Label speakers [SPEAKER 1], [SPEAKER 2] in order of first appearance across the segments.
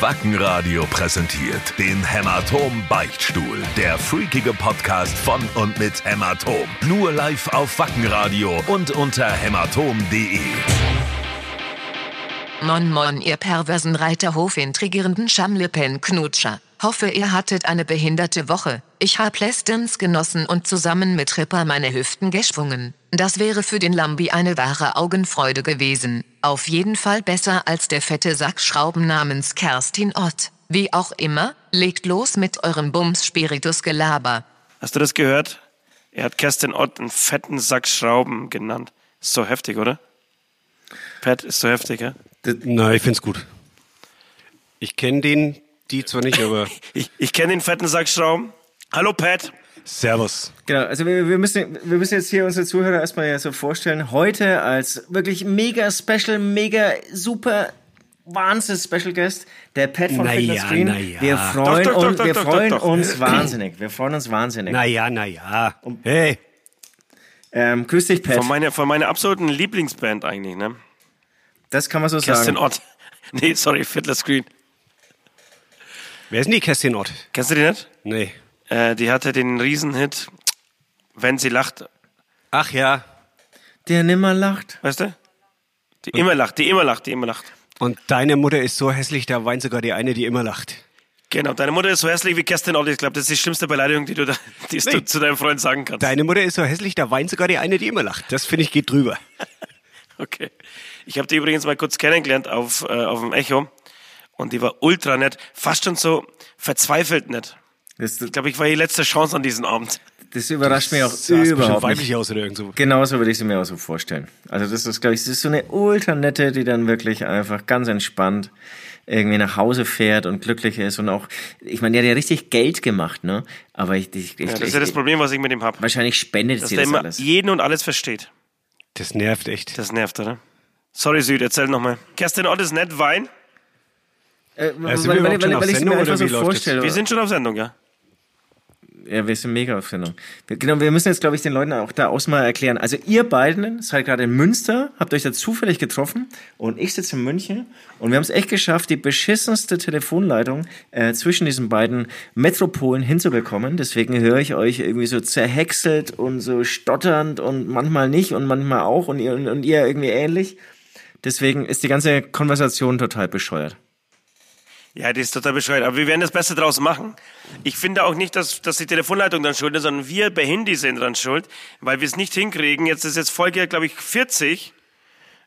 [SPEAKER 1] Wackenradio präsentiert den Hämatom Beichtstuhl. Der freakige Podcast von und mit Hämatom. Nur live auf Wackenradio und unter hämatom.de.
[SPEAKER 2] Mon Mon, ihr perversen Reiterhof intrigierenden Schamlippenknutscher. Hoffe, ihr hattet eine behinderte Woche. Ich hab letztens genossen und zusammen mit Ripper meine Hüften geschwungen. Das wäre für den Lambi eine wahre Augenfreude gewesen. Auf jeden Fall besser als der fette Sack Schrauben namens Kerstin Ott. Wie auch immer, legt los mit eurem Bums-Spiritus-Gelaber.
[SPEAKER 3] Hast du das gehört? Er hat Kerstin Ott einen fetten Sack Schrauben genannt. Ist so heftig, oder? Pat, ist so heftig, ja?
[SPEAKER 4] D- Na, ich find's gut. Ich kenne den, die zwar nicht, aber
[SPEAKER 3] Ich, ich kenne den fetten Sack Schrauben. Hallo, Pat.
[SPEAKER 4] Servus.
[SPEAKER 5] Genau, also wir, wir, müssen, wir müssen jetzt hier unsere Zuhörer erstmal ja so vorstellen. Heute als wirklich mega special, mega super Wahnsinn Special Guest, der Pat von
[SPEAKER 4] Naja,
[SPEAKER 5] Fitness Green.
[SPEAKER 4] naja.
[SPEAKER 5] Wir freuen,
[SPEAKER 3] Doch, doch, doch,
[SPEAKER 5] uns-
[SPEAKER 3] doch,
[SPEAKER 5] wir
[SPEAKER 3] doch,
[SPEAKER 5] freuen
[SPEAKER 3] doch, doch.
[SPEAKER 5] uns wahnsinnig. Wir freuen uns wahnsinnig.
[SPEAKER 4] Naja, naja. Hey,
[SPEAKER 5] Ähm, grüß dich, Pat.
[SPEAKER 3] Von meiner, von meiner absoluten Lieblingsband eigentlich, ne?
[SPEAKER 5] Das kann man so
[SPEAKER 3] Kerstin
[SPEAKER 5] sagen.
[SPEAKER 3] Ott. Nee, sorry, Fiddler's Green.
[SPEAKER 4] wer ist denn die Kerstin Ott?
[SPEAKER 3] Kennst du die nicht?
[SPEAKER 4] Nee.
[SPEAKER 3] Äh, die hatte den Riesenhit, wenn sie lacht,
[SPEAKER 4] Ach ja.
[SPEAKER 5] Der nimmer lacht.
[SPEAKER 3] weißt du? Die immer lacht, die immer lacht, die immer lacht.
[SPEAKER 4] Und deine Mutter ist so hässlich, da weint sogar die eine, die immer lacht.
[SPEAKER 3] Genau, deine Mutter ist so hässlich wie Kerstin Ott. Ich glaube, das ist die schlimmste Beleidigung, die du, da, die du zu deinem Freund sagen kannst.
[SPEAKER 4] Deine Mutter ist so hässlich, da weint sogar die eine, die immer lacht. Das finde ich geht drüber.
[SPEAKER 3] Okay. Ich habe die übrigens mal kurz kennengelernt auf, äh, auf dem Echo und die war ultra nett, fast schon so verzweifelt nett.
[SPEAKER 5] Das,
[SPEAKER 3] Ich glaube, ich war die letzte Chance an diesem Abend.
[SPEAKER 5] das überrascht mich auch
[SPEAKER 4] Sah bestimmt
[SPEAKER 5] überhaupt nicht.
[SPEAKER 4] weiblich aus oder irgend so.
[SPEAKER 5] Genauso würde ich sie mir auch so vorstellen. Also das ist, glaube ich, das ist so eine Ultranette, die dann wirklich einfach ganz entspannt irgendwie nach Hause fährt und glücklich ist und auch, ich meine, die hat ja richtig Geld gemacht, ne? Aber ich, ich, ich,
[SPEAKER 3] Ja, das
[SPEAKER 5] ich,
[SPEAKER 3] ist ja das Problem, was ich mit ihm habe.
[SPEAKER 5] wahrscheinlich spendet
[SPEAKER 3] Dass
[SPEAKER 5] sie
[SPEAKER 3] der
[SPEAKER 5] das
[SPEAKER 3] immer
[SPEAKER 5] alles.
[SPEAKER 3] jeden und alles versteht.
[SPEAKER 4] Das nervt echt.
[SPEAKER 3] Das nervt, oder? Sorry, Süd, erzähl nochmal. Kerstin Ott ist nett, Wein.
[SPEAKER 5] Äh,
[SPEAKER 4] sind wir überhaupt schon auf Sendung oder wie läuft das?
[SPEAKER 3] Wir sind schon auf Sendung, ja?
[SPEAKER 5] Ja, wir sind mega auf Sendung. Wir, genau, wir müssen jetzt, glaube ich, den Leuten auch da aus mal erklären. Also ihr beiden seid gerade in Münster, habt euch da zufällig getroffen und ich sitze in München und wir haben es echt geschafft, die beschissenste Telefonleitung äh, zwischen diesen beiden Metropolen hinzubekommen. Deswegen höre ich euch irgendwie so zerhäckselt und so stotternd und manchmal nicht und manchmal auch und ihr, und ihr irgendwie ähnlich. Deswegen ist die ganze Konversation total bescheuert.
[SPEAKER 3] Ja, die ist total bescheuert. Aber wir werden das Beste draus machen. Ich finde auch nicht, dass, dass die Telefonleitung dann schuld ist, sondern wir bei Hindi sind dran schuld, weil wir es nicht hinkriegen. Jetzt ist jetzt Folge, glaube ich, 40,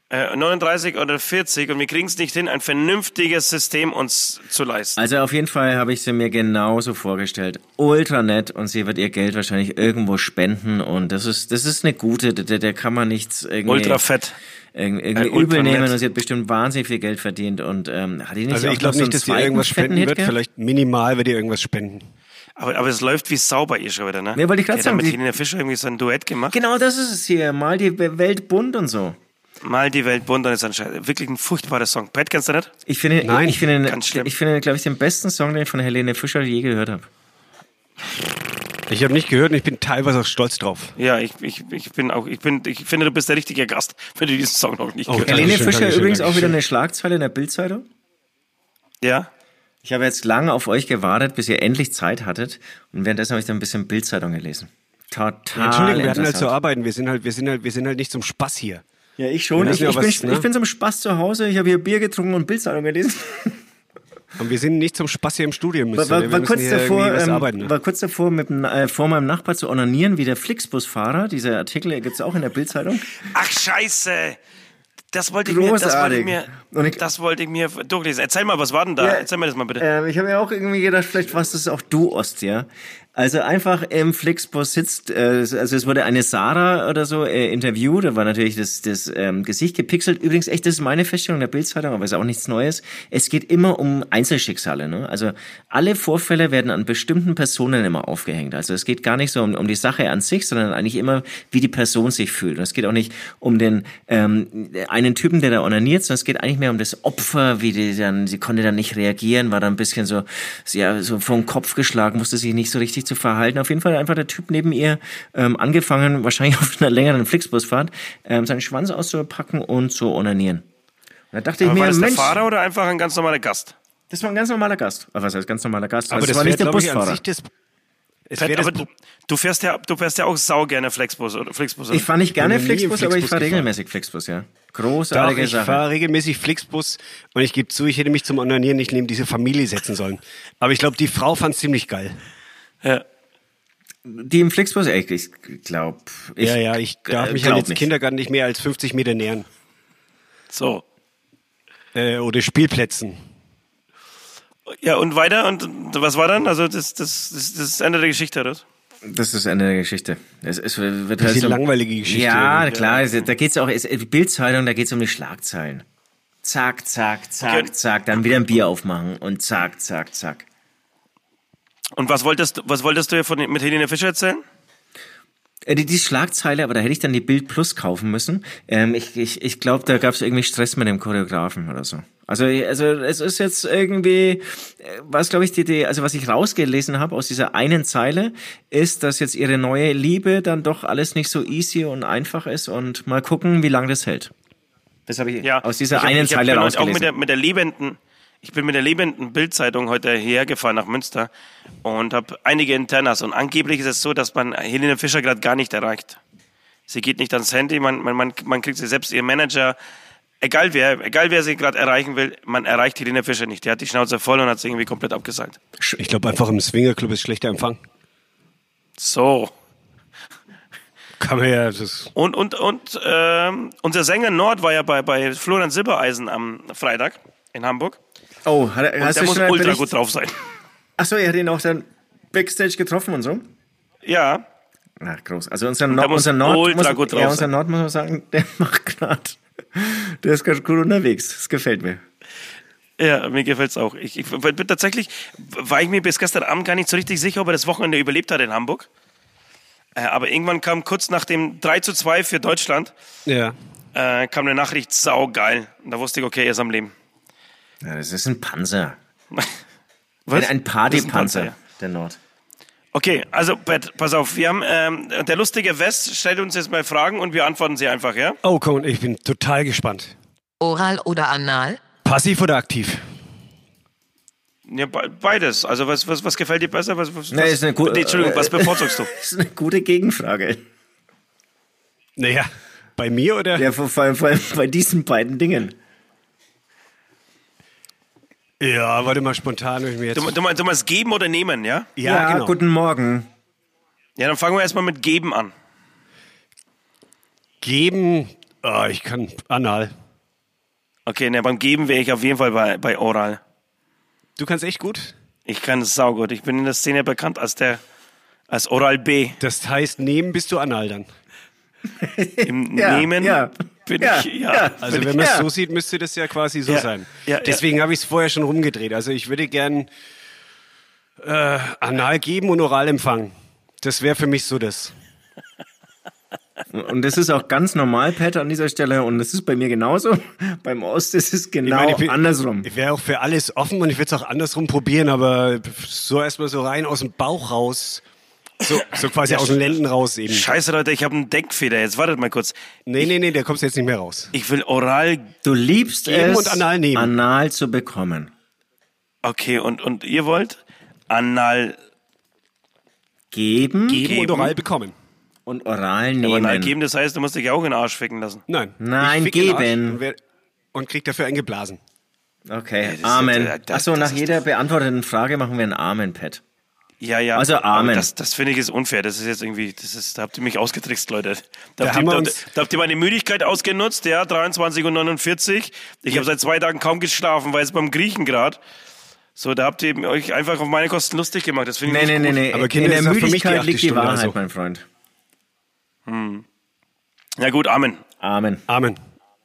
[SPEAKER 3] äh, 39 oder 40 und wir kriegen es nicht hin, ein vernünftiges System uns zu leisten.
[SPEAKER 5] Also auf jeden Fall habe ich sie mir genauso vorgestellt. Ultra nett und sie wird ihr Geld wahrscheinlich irgendwo spenden und das ist das ist eine gute, der, der kann man nichts irgendwie,
[SPEAKER 3] Ultra fett.
[SPEAKER 5] irgendwie,
[SPEAKER 3] Äh,
[SPEAKER 5] irgendwie
[SPEAKER 3] ultra
[SPEAKER 5] übel nehmen
[SPEAKER 3] nett.
[SPEAKER 5] und sie hat bestimmt wahnsinnig viel Geld verdient und ähm, hat die nicht
[SPEAKER 4] Also
[SPEAKER 5] auch
[SPEAKER 4] ich glaube
[SPEAKER 5] noch so einen
[SPEAKER 4] nicht, dass die
[SPEAKER 5] zweiten
[SPEAKER 4] irgendwas
[SPEAKER 5] fetten
[SPEAKER 4] spenden
[SPEAKER 5] Hit
[SPEAKER 4] wird.
[SPEAKER 5] gehabt?
[SPEAKER 4] Vielleicht minimal wird die irgendwas spenden.
[SPEAKER 3] Aber, aber es läuft wie sauber ihr schon wieder, ne?
[SPEAKER 5] Ja, wollte ich grad
[SPEAKER 3] Die hat
[SPEAKER 5] sagen,
[SPEAKER 3] Mit
[SPEAKER 5] die-
[SPEAKER 3] Helena Fischer irgendwie so ein Duett gemacht.
[SPEAKER 5] Genau, das ist es hier. Mal die Welt bunt und so.
[SPEAKER 3] Mal die Welt bunt, dann ist anscheinend wirklich ein furchtbarer Song. Pat, kennst du nicht?
[SPEAKER 5] Ich finde,
[SPEAKER 4] Nein,
[SPEAKER 5] ich finde,
[SPEAKER 3] ganz schlimm.
[SPEAKER 5] ich finde, glaube ich, den besten Song, den ich von Helene Fischer je gehört habe.
[SPEAKER 4] Ich habe nicht gehört und ich bin teilweise auch stolz drauf.
[SPEAKER 3] Ja, ich, ich, ich bin auch, ich bin, ich finde, du bist der richtige Gast, wenn du diesen Song noch nicht
[SPEAKER 4] Oh,
[SPEAKER 3] gehört hast.
[SPEAKER 5] Helene
[SPEAKER 4] Dankeschön,
[SPEAKER 5] Fischer
[SPEAKER 4] Dankeschön,
[SPEAKER 5] übrigens auch wieder
[SPEAKER 4] Dankeschön.
[SPEAKER 5] eine Schlagzeile in der Bildzeitung.
[SPEAKER 3] Ja?
[SPEAKER 5] Ich habe jetzt lange auf euch gewartet, bis ihr endlich Zeit hattet. Und währenddessen habe ich dann ein bisschen Bildzeitung gelesen. Total.
[SPEAKER 4] Entschuldigung, wir hatten halt
[SPEAKER 5] Ah, interessant.
[SPEAKER 4] zu arbeiten. Wir sind halt, wir sind halt, wir sind halt nicht zum Spaß hier.
[SPEAKER 5] Ja, ich schon.
[SPEAKER 4] Wir
[SPEAKER 5] Ich,
[SPEAKER 4] lassen ja
[SPEAKER 5] ich, bin,
[SPEAKER 4] was, ne?
[SPEAKER 5] ich bin zum Spaß zu Hause. Ich habe hier Bier getrunken und Bildzeitung gelesen.
[SPEAKER 4] Und wir sind nicht zum Spaß hier im Studio.
[SPEAKER 5] War,
[SPEAKER 4] Müssen.
[SPEAKER 5] war,
[SPEAKER 4] wir
[SPEAKER 5] war,
[SPEAKER 4] müssen
[SPEAKER 5] kurz
[SPEAKER 4] hier
[SPEAKER 5] davor,
[SPEAKER 4] irgendwie was
[SPEAKER 5] ähm,
[SPEAKER 4] arbeiten. ne?
[SPEAKER 5] war kurz davor, mit, dem, äh, vor meinem Nachbar zu onanieren, wie der Flixbusfahrer. Dieser Artikel gibt es auch in der Bildzeitung.
[SPEAKER 3] Ach Scheiße! Das wollte ich mir, das wollte ich
[SPEAKER 5] Großartig.
[SPEAKER 3] mir,
[SPEAKER 5] Und ich-
[SPEAKER 3] das wollte ich mir durchlesen. Erzähl mal, was war denn da?
[SPEAKER 5] Ja,
[SPEAKER 3] Erzähl mir das mal bitte.
[SPEAKER 5] Ähm, ich habe mir auch irgendwie gedacht, vielleicht warst das auch du, Ost, ja. Also einfach im Flixbus sitzt, äh, also es wurde eine Sarah oder so äh, interviewt, da war natürlich das, das ähm, Gesicht gepixelt. Übrigens echt, das ist meine Feststellung der Bildzeitung, aber ist auch nichts Neues. Es geht immer um Einzelschicksale, ne? Also alle Vorfälle werden an bestimmten Personen immer aufgehängt. Also es geht gar nicht so um, um die Sache an sich, sondern eigentlich immer, wie die Person sich fühlt. Und es geht auch nicht um den ähm, einen Typen, der da onaniert, sondern es geht eigentlich mehr um das Opfer, wie die dann, sie konnte dann nicht reagieren, war dann ein bisschen so, ja, so vom Kopf geschlagen, musste sich nicht so richtig zu verhalten. Auf jeden Fall einfach der Typ neben ihr ähm, angefangen, wahrscheinlich auf einer längeren Flixbusfahrt, ähm, seinen Schwanz auszupacken und zu onanieren. Und da dachte
[SPEAKER 3] Aber
[SPEAKER 5] ich
[SPEAKER 3] war
[SPEAKER 5] mir,
[SPEAKER 3] das der
[SPEAKER 5] Mensch,
[SPEAKER 3] Fahrer oder einfach ein ganz normaler Gast?
[SPEAKER 5] Das war ein ganz normaler Gast. Aber was heißt ganz normaler Gast?
[SPEAKER 4] Aber
[SPEAKER 5] also
[SPEAKER 4] das
[SPEAKER 5] war
[SPEAKER 4] wär,
[SPEAKER 5] nicht der
[SPEAKER 4] glaub ich, an
[SPEAKER 5] Busfahrer.
[SPEAKER 4] sich das. Es
[SPEAKER 3] Pat,
[SPEAKER 4] wär das
[SPEAKER 3] aber du, du, fährst ja, du fährst ja auch sau gerne Flexbus oder Flixbus. oder?
[SPEAKER 5] Ich fahre nicht gerne
[SPEAKER 4] noch nie im
[SPEAKER 5] Flixbus, aber ich
[SPEAKER 4] Flixbus
[SPEAKER 5] fahre
[SPEAKER 4] gefahren.
[SPEAKER 5] regelmäßig Flixbus, ja.
[SPEAKER 4] Doch,
[SPEAKER 5] Großartige
[SPEAKER 4] ich
[SPEAKER 5] Sache.
[SPEAKER 4] fahre regelmäßig Flixbus und ich gebe zu, ich hätte mich zum Onanieren nicht neben diese Familie setzen sollen. Aber ich glaube, die Frau fand es ziemlich geil.
[SPEAKER 3] ja.
[SPEAKER 5] Die im Flixbus, ey, ich glaube. Ich
[SPEAKER 4] ja, ja, ich darf
[SPEAKER 5] äh,
[SPEAKER 4] mich
[SPEAKER 5] glaub
[SPEAKER 4] an jetzt
[SPEAKER 5] nicht.
[SPEAKER 4] Kindergarten nicht mehr als 50 Meter nähern.
[SPEAKER 3] So.
[SPEAKER 4] Äh, oder Spielplätzen.
[SPEAKER 3] Ja, und weiter? Und was war dann? Also, das, das, das, das ist Ende der Geschichte, oder? was?
[SPEAKER 5] Das ist eine Geschichte. Es, es wird halt
[SPEAKER 4] Bisschen
[SPEAKER 5] so,
[SPEAKER 4] langweilige Geschichte. äh,
[SPEAKER 5] Ja, klar. es- Da geht's auch, es- äh, die Bildzeitung, da geht's um die Schlagzeilen. Zack, zack, zack,
[SPEAKER 3] Okay.
[SPEAKER 5] zack. Dann wieder ein Bier aufmachen und zack, zack, zack.
[SPEAKER 3] Und was wolltest, du- was wolltest du ja von, mit Helene Fischer erzählen?
[SPEAKER 5] Äh, Die, die Schlagzeile, aber da hätte ich dann die Bild Plus kaufen müssen. Ähm, ich ich, ich glaube, da gab es irgendwie Stress mit dem Choreografen oder so. Also, also es ist jetzt irgendwie, äh, was glaube ich, die, die, also was ich rausgelesen habe aus dieser einen Zeile, ist, dass jetzt ihre neue Liebe dann doch alles nicht so easy und einfach ist und mal gucken, wie lange das hält. Das habe ich
[SPEAKER 3] Ja.
[SPEAKER 5] aus dieser
[SPEAKER 3] ich hab-
[SPEAKER 5] einen
[SPEAKER 3] ich hab-
[SPEAKER 5] Zeile
[SPEAKER 3] bin heute auch mit
[SPEAKER 5] rausgelesen.
[SPEAKER 3] der, mit der lebenden, ich bin mit der lebenden Bildzeitung heute hergefahren nach Münster und habe einige Internas. Und angeblich ist es so, dass man Helene Fischer gerade gar nicht erreicht. Sie geht nicht ans Handy, man, man, man, man kriegt sie selbst, ihr Manager, egal wer, egal wer sie gerade erreichen will, man erreicht Helene Fischer nicht. Die hat die Schnauze voll und hat sie irgendwie komplett abgesagt.
[SPEAKER 4] Ich glaube, einfach im Swingerclub ist schlechter Empfang.
[SPEAKER 3] So.
[SPEAKER 4] Kann man ja. Das ist
[SPEAKER 3] Und, und, und ähm, unser Sänger Nord war ja bei, bei Florian Silbereisen am Freitag in Hamburg.
[SPEAKER 5] Oh, hat, er-
[SPEAKER 3] Und
[SPEAKER 5] hast
[SPEAKER 3] der
[SPEAKER 5] du
[SPEAKER 3] muss
[SPEAKER 5] schon einen
[SPEAKER 3] ultra
[SPEAKER 5] Bericht?
[SPEAKER 3] gut drauf sein.
[SPEAKER 5] Achso, er hat ihn auch dann Backstage getroffen und so.
[SPEAKER 3] Ja,
[SPEAKER 5] Na, groß. Also unser,
[SPEAKER 3] da
[SPEAKER 5] Nord,
[SPEAKER 3] muss
[SPEAKER 5] unser Nord,
[SPEAKER 3] ultra
[SPEAKER 5] muss,
[SPEAKER 3] gut drauf
[SPEAKER 5] ja, unser
[SPEAKER 3] sein.
[SPEAKER 5] Nord muss man sagen, der macht gerade, der ist gerade gut unterwegs. Das gefällt mir.
[SPEAKER 3] ja, mir gefällt's auch. Ich, ich bin tatsächlich, war ich mir bis gestern Abend gar nicht so richtig sicher, ob er das Wochenende überlebt hat in Hamburg. Äh, aber irgendwann kam kurz nach dem 3 zu 2 für Deutschland,
[SPEAKER 4] ja.
[SPEAKER 3] äh, kam eine Nachricht, saugeil. Und da wusste ich, okay, er ist am Leben.
[SPEAKER 5] Ja, das ist ein Panzer.
[SPEAKER 3] Was?
[SPEAKER 5] Ein
[SPEAKER 3] Das ist ein Panzer,
[SPEAKER 5] Partypanzer,
[SPEAKER 3] ja.
[SPEAKER 5] der Nord.
[SPEAKER 3] Okay, also Pat, pass auf, wir haben, ähm, der lustige West stellt uns jetzt mal Fragen und wir antworten sie einfach, ja?
[SPEAKER 4] Oh, komm, ich bin total gespannt.
[SPEAKER 2] Oral oder anal?
[SPEAKER 4] Passiv oder aktiv?
[SPEAKER 3] Ja, be- beides. Also was, was, was gefällt dir besser? Was, was,
[SPEAKER 5] Nee,
[SPEAKER 3] was,
[SPEAKER 5] ist eine gute-
[SPEAKER 3] nee, Entschuldigung, was bevorzugst du?
[SPEAKER 5] Das ist eine gute Gegenfrage.
[SPEAKER 4] Naja, bei mir oder?
[SPEAKER 5] Ja, vor, vor, allem, vor allem bei diesen beiden Dingen.
[SPEAKER 4] Ja, warte mal, spontan. hab Ich mir jetzt
[SPEAKER 3] Du, du, meinst, du meinst geben oder nehmen, ja? genau.
[SPEAKER 4] genau.
[SPEAKER 5] guten Morgen.
[SPEAKER 3] Ja, dann fangen wir erstmal mit geben an.
[SPEAKER 4] Geben, ah, ich kann anal.
[SPEAKER 3] Okay, ne, beim Geben wäre ich auf jeden Fall bei, bei Oral.
[SPEAKER 4] Du kannst echt gut.
[SPEAKER 3] Ich kann es saugut. Ich bin in der Szene bekannt als der als Oral B.
[SPEAKER 4] Das heißt, nehmen bist du anal dann.
[SPEAKER 3] Im
[SPEAKER 5] Ja,
[SPEAKER 3] Nehmen
[SPEAKER 5] ja,
[SPEAKER 3] bin
[SPEAKER 5] ja,
[SPEAKER 3] ich ja.
[SPEAKER 5] ja.
[SPEAKER 4] Also
[SPEAKER 5] Bin
[SPEAKER 4] wenn
[SPEAKER 5] ich-
[SPEAKER 4] man es
[SPEAKER 5] ja.
[SPEAKER 4] so sieht, müsste das ja quasi so
[SPEAKER 3] Ja,
[SPEAKER 4] sein.
[SPEAKER 3] ja,
[SPEAKER 4] Deswegen habe ich es vorher schon rumgedreht. Also ich würde gern äh, anal geben und oral empfangen. Das wäre für mich so das.
[SPEAKER 5] Und das ist auch ganz normal, Pat, an dieser Stelle. Und das ist bei mir genauso. Beim Ost ist es genau
[SPEAKER 4] meine, ich bin-
[SPEAKER 5] andersrum.
[SPEAKER 4] Ich wäre auch für alles offen und ich würde es auch andersrum probieren, aber so erstmal so rein aus dem Bauch raus. So, so quasi aus den Lenden raus eben.
[SPEAKER 3] Scheiße, Leute, ich habe einen Denkfehler. Jetzt wartet mal kurz.
[SPEAKER 4] Nee, nee, nee, da kommst du jetzt nicht mehr raus.
[SPEAKER 3] Ich will Oral.
[SPEAKER 5] Du liebst
[SPEAKER 4] Geben
[SPEAKER 5] es,
[SPEAKER 4] und anal nehmen.
[SPEAKER 5] anal zu bekommen.
[SPEAKER 3] Okay, und, und ihr wollt Anal,
[SPEAKER 5] Geben
[SPEAKER 4] Geben und
[SPEAKER 3] Geben.
[SPEAKER 4] oral bekommen.
[SPEAKER 5] und oral nehmen.
[SPEAKER 3] Anal geben, das heißt, du musst dich auch in den Arsch ficken lassen.
[SPEAKER 4] Nein.
[SPEAKER 5] Nein,
[SPEAKER 4] Ich fick in den Arsch
[SPEAKER 5] geben.
[SPEAKER 4] Und, wer- und krieg dafür einen geblasen.
[SPEAKER 5] Okay,
[SPEAKER 3] das ist
[SPEAKER 5] Amen.
[SPEAKER 3] ja- das-
[SPEAKER 5] Achso,
[SPEAKER 3] das
[SPEAKER 5] nach
[SPEAKER 3] ist
[SPEAKER 5] jeder beantworteten Frage machen wir ein Amen, Pat.
[SPEAKER 3] Ja, ja.
[SPEAKER 5] Also,
[SPEAKER 3] Aber
[SPEAKER 5] Amen.
[SPEAKER 3] Das, das finde ich ist unfair. Das ist jetzt irgendwie, das ist, da habt ihr mich ausgetrickst, Leute. Da,
[SPEAKER 4] Da
[SPEAKER 3] habt,
[SPEAKER 4] haben
[SPEAKER 3] ihr,
[SPEAKER 4] wir
[SPEAKER 3] da,
[SPEAKER 4] uns-
[SPEAKER 3] da habt ihr meine Müdigkeit ausgenutzt, ja, 23 und 49. Ich habe seit zwei Tagen kaum geschlafen, weil es beim Griechen grad. So, da habt ihr euch einfach auf meine Kosten lustig gemacht. Das finde
[SPEAKER 5] Nee,
[SPEAKER 3] ich
[SPEAKER 5] nee,
[SPEAKER 3] nicht
[SPEAKER 5] nee,
[SPEAKER 3] gut.
[SPEAKER 5] nee.
[SPEAKER 4] Aber
[SPEAKER 5] In
[SPEAKER 4] Kinder,
[SPEAKER 5] der
[SPEAKER 4] ist ja für mich die also.
[SPEAKER 5] Müdigkeit
[SPEAKER 4] achte
[SPEAKER 5] liegt die
[SPEAKER 4] Stunde oder
[SPEAKER 5] Wahrheit,
[SPEAKER 4] so.
[SPEAKER 5] mein Freund.
[SPEAKER 3] Ja gut, Amen.
[SPEAKER 5] Amen.
[SPEAKER 4] Amen.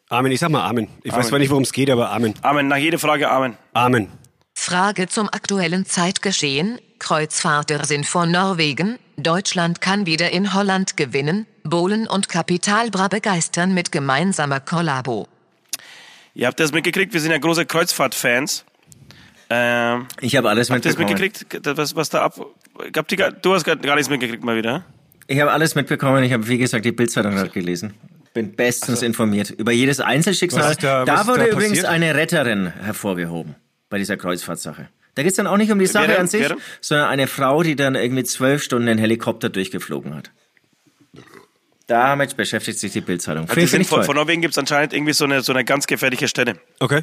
[SPEAKER 4] Amen. Ich sag mal Amen. Ich weiß zwar nicht, worum es geht, aber Amen.
[SPEAKER 3] Amen. Nach jeder Frage Amen.
[SPEAKER 4] Amen.
[SPEAKER 2] Frage zum aktuellen Zeitgeschehen. Kreuzfahrter sind von Norwegen. Deutschland kann wieder in Holland gewinnen. Bohlen und Kapitalbra begeistern mit gemeinsamer Kollabo.
[SPEAKER 3] Ihr habt das mitgekriegt, wir sind ja große Kreuzfahrt-Fans. Ähm, habt
[SPEAKER 5] Ich habe alles
[SPEAKER 3] ihr das
[SPEAKER 5] mitbekommen.
[SPEAKER 3] mitgekriegt, Das, was, was da ab... Habt ihr, gar- du hast gar, gar nichts mitgekriegt mal wieder,
[SPEAKER 5] Ich habe alles mitbekommen. Ich habe, wie gesagt, die Bildzeitung
[SPEAKER 3] Also-
[SPEAKER 5] gerade gelesen. Bin bestens informiert über jedes Einzelschicksal.
[SPEAKER 4] Was ist da- was ist da
[SPEAKER 5] wurde übrigens
[SPEAKER 4] passiert?
[SPEAKER 5] eine Retterin hervorgehoben. bei dieser Kreuzfahrtsache. Da geht's dann auch nicht um die Sache
[SPEAKER 3] Wäre-
[SPEAKER 5] an sich,
[SPEAKER 3] wäre-
[SPEAKER 5] sondern eine Frau, die dann irgendwie zwölf Stunden einen Helikopter durchgeflogen hat. Damit beschäftigt sich die Bildzeitung.
[SPEAKER 3] Also, Die
[SPEAKER 5] Finde
[SPEAKER 3] sind
[SPEAKER 5] ich
[SPEAKER 3] von,
[SPEAKER 5] toll.
[SPEAKER 3] von Norwegen gibt es anscheinend irgendwie so eine, so eine ganz gefährliche Stelle.
[SPEAKER 4] Okay.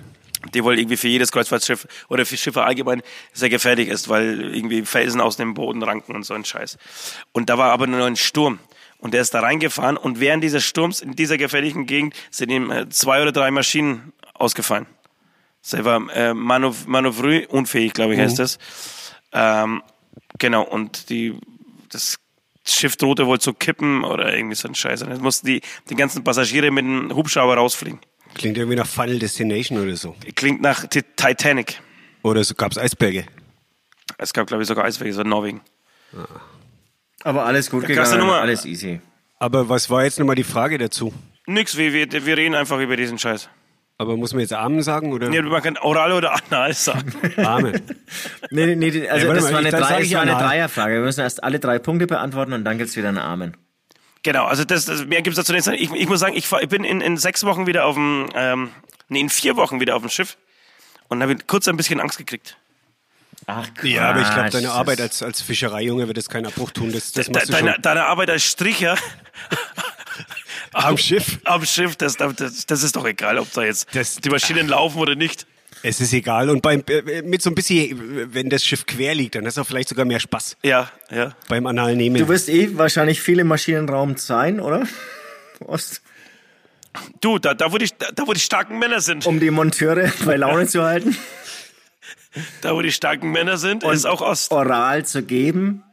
[SPEAKER 3] Die wohl irgendwie für jedes Kreuzfahrtschiff oder für Schiffe allgemein sehr gefährlich ist, weil irgendwie Felsen aus dem Boden ranken und so ein Scheiß. Und da war aber nur ein Sturm. Und der ist da reingefahren und während dieses Sturms in dieser gefährlichen Gegend sind ihm äh, zwei oder drei Maschinen ausgefallen. Selber äh, manöv manövrierunfähig, glaube ich, heißt das. Ähm, genau, und die, das Schiff drohte wohl zu kippen oder irgendwie so ein Scheiß. Und jetzt mussten die, die ganzen Passagiere mit dem Hubschrauber rausfliegen.
[SPEAKER 4] Klingt irgendwie nach Final Destination oder so.
[SPEAKER 3] Klingt nach Ti- Titanic.
[SPEAKER 4] Oder so gab's Eisberge.
[SPEAKER 3] Es gab, glaube ich, sogar Eisberge, es war Norwegen.
[SPEAKER 5] Aber alles gut
[SPEAKER 3] krasse
[SPEAKER 5] gegangen,
[SPEAKER 3] Nummer.
[SPEAKER 5] alles easy.
[SPEAKER 4] Aber was war jetzt nochmal die Frage dazu?
[SPEAKER 3] Nix, wir, wir, wir reden einfach über diesen Scheiß.
[SPEAKER 4] Aber muss man jetzt Armen sagen oder
[SPEAKER 3] Nee, man kann oral oder anal sagen.
[SPEAKER 4] Armen?
[SPEAKER 5] Nee, nee, nee, die- also
[SPEAKER 4] Ja, warte
[SPEAKER 5] das
[SPEAKER 4] mal,
[SPEAKER 5] war
[SPEAKER 4] ich-
[SPEAKER 5] eine,
[SPEAKER 4] dann sag
[SPEAKER 5] Drei,
[SPEAKER 4] ich
[SPEAKER 5] das war eine
[SPEAKER 4] anal.
[SPEAKER 5] Dreierfrage. Wir müssen erst alle drei Punkte beantworten und dann gibt's wieder einen Amen.
[SPEAKER 3] genau, also das, das mehr gibt's dazu nicht. zu sagen. Ich, ich muss sagen, ich, fahr, ich bin in, in sechs Wochen wieder auf dem, ähm, nee, in vier Wochen wieder auf dem Schiff und habe kurz ein bisschen Angst gekriegt.
[SPEAKER 5] Ach, Quatsch.
[SPEAKER 4] Ja, aber ich glaube, deine
[SPEAKER 5] das-
[SPEAKER 4] Arbeit als, als Fischereijunge wird es keinen Abbruch tun. Das, das
[SPEAKER 3] De,
[SPEAKER 4] machst du schon
[SPEAKER 3] deine, deine Arbeit als Stricher
[SPEAKER 4] am Schiff.
[SPEAKER 3] am Schiff, das, das, das ist doch egal, ob da jetzt
[SPEAKER 4] Das- Ah.
[SPEAKER 3] die Maschinen laufen oder nicht.
[SPEAKER 4] Es ist egal. Und beim, äh, mit so ein bisschen, äh, wenn das Schiff quer liegt, dann hast du auch vielleicht sogar mehr Spaß
[SPEAKER 3] Ja, ja.
[SPEAKER 4] beim analen Nehmen.
[SPEAKER 5] Du wirst eh wahrscheinlich viel im Maschinenraum sein, oder? Ost,
[SPEAKER 3] Du, da, da, wo die, da, wo die starken Männer sind,
[SPEAKER 4] Oh.
[SPEAKER 5] um die Monteure bei Laune zu halten,
[SPEAKER 3] da, wo die starken Männer sind, ist auch Ost.
[SPEAKER 5] oral zu geben